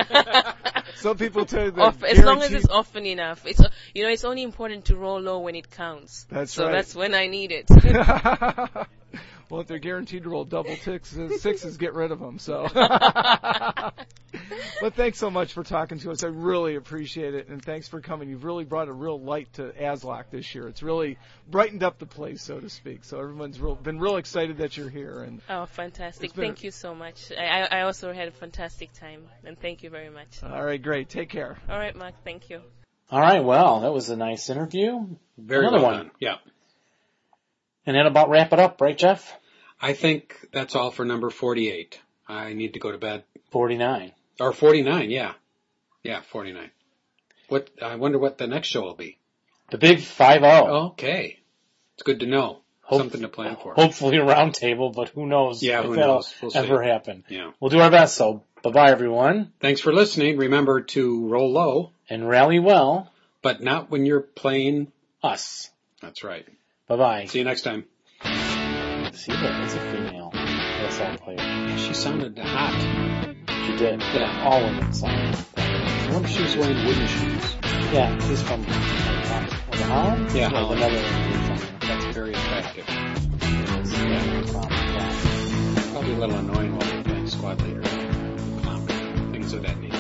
K: Some people tell you that
L: Off, as long as
K: guaranteed-
L: it's often enough. It's uh, you know it's only important to roll low when it counts.
K: That's
L: so
K: right.
L: that's when I need it.
K: well, if they're guaranteed to roll double ticks, uh, sixes, get rid of them. So, but thanks so much for talking to us. I really appreciate it, and thanks for coming. You've really brought a real light to ASLOC this year. It's really brightened up the place, so to speak. So everyone's real, been real excited that you're here, and
L: oh, fantastic!
K: It's been
L: Thank you so much. I, I I also had a fantastic time, and thank you very much.
K: all right, great. Take care.
L: All right, Mark. Thank you.
D: All right, well, that was a nice interview.
C: Very
D: Another
C: well
D: one.
C: done. Yeah.
D: And that'll about wrap it up, right, Jeff?
C: I think that's all for number 48. I need to go to bed.
D: 49.
C: Or 49, yeah. Yeah, 49. What, I wonder what the next show will be.
D: The big oh. 5 0.
C: Okay. It's good to know. Something to plan for.
D: Hopefully a round table, but who knows
C: Yeah,
D: if
C: who
D: that'll
C: knows? We'll see.
D: ever happen.
C: Yeah.
D: We'll do our best, so bye bye, everyone.
C: Thanks for listening. Remember to roll low,
D: And rally well.
C: but not when you're playing
D: us.
C: That's right.
D: Bye bye.
C: See you next time.
D: See that? It's a female. That's all player. Yeah,
C: she sounded hot.
D: She did. Yeah, all women sounded.
C: I wonder if she was wearing wooden shoes.
D: Yeah, he's from was it Holland?
C: Yeah,
D: no,
C: Holland.
D: another.
C: That's very effective. Probably a little annoying while we're playing squad leader. Clown, Things of that nature.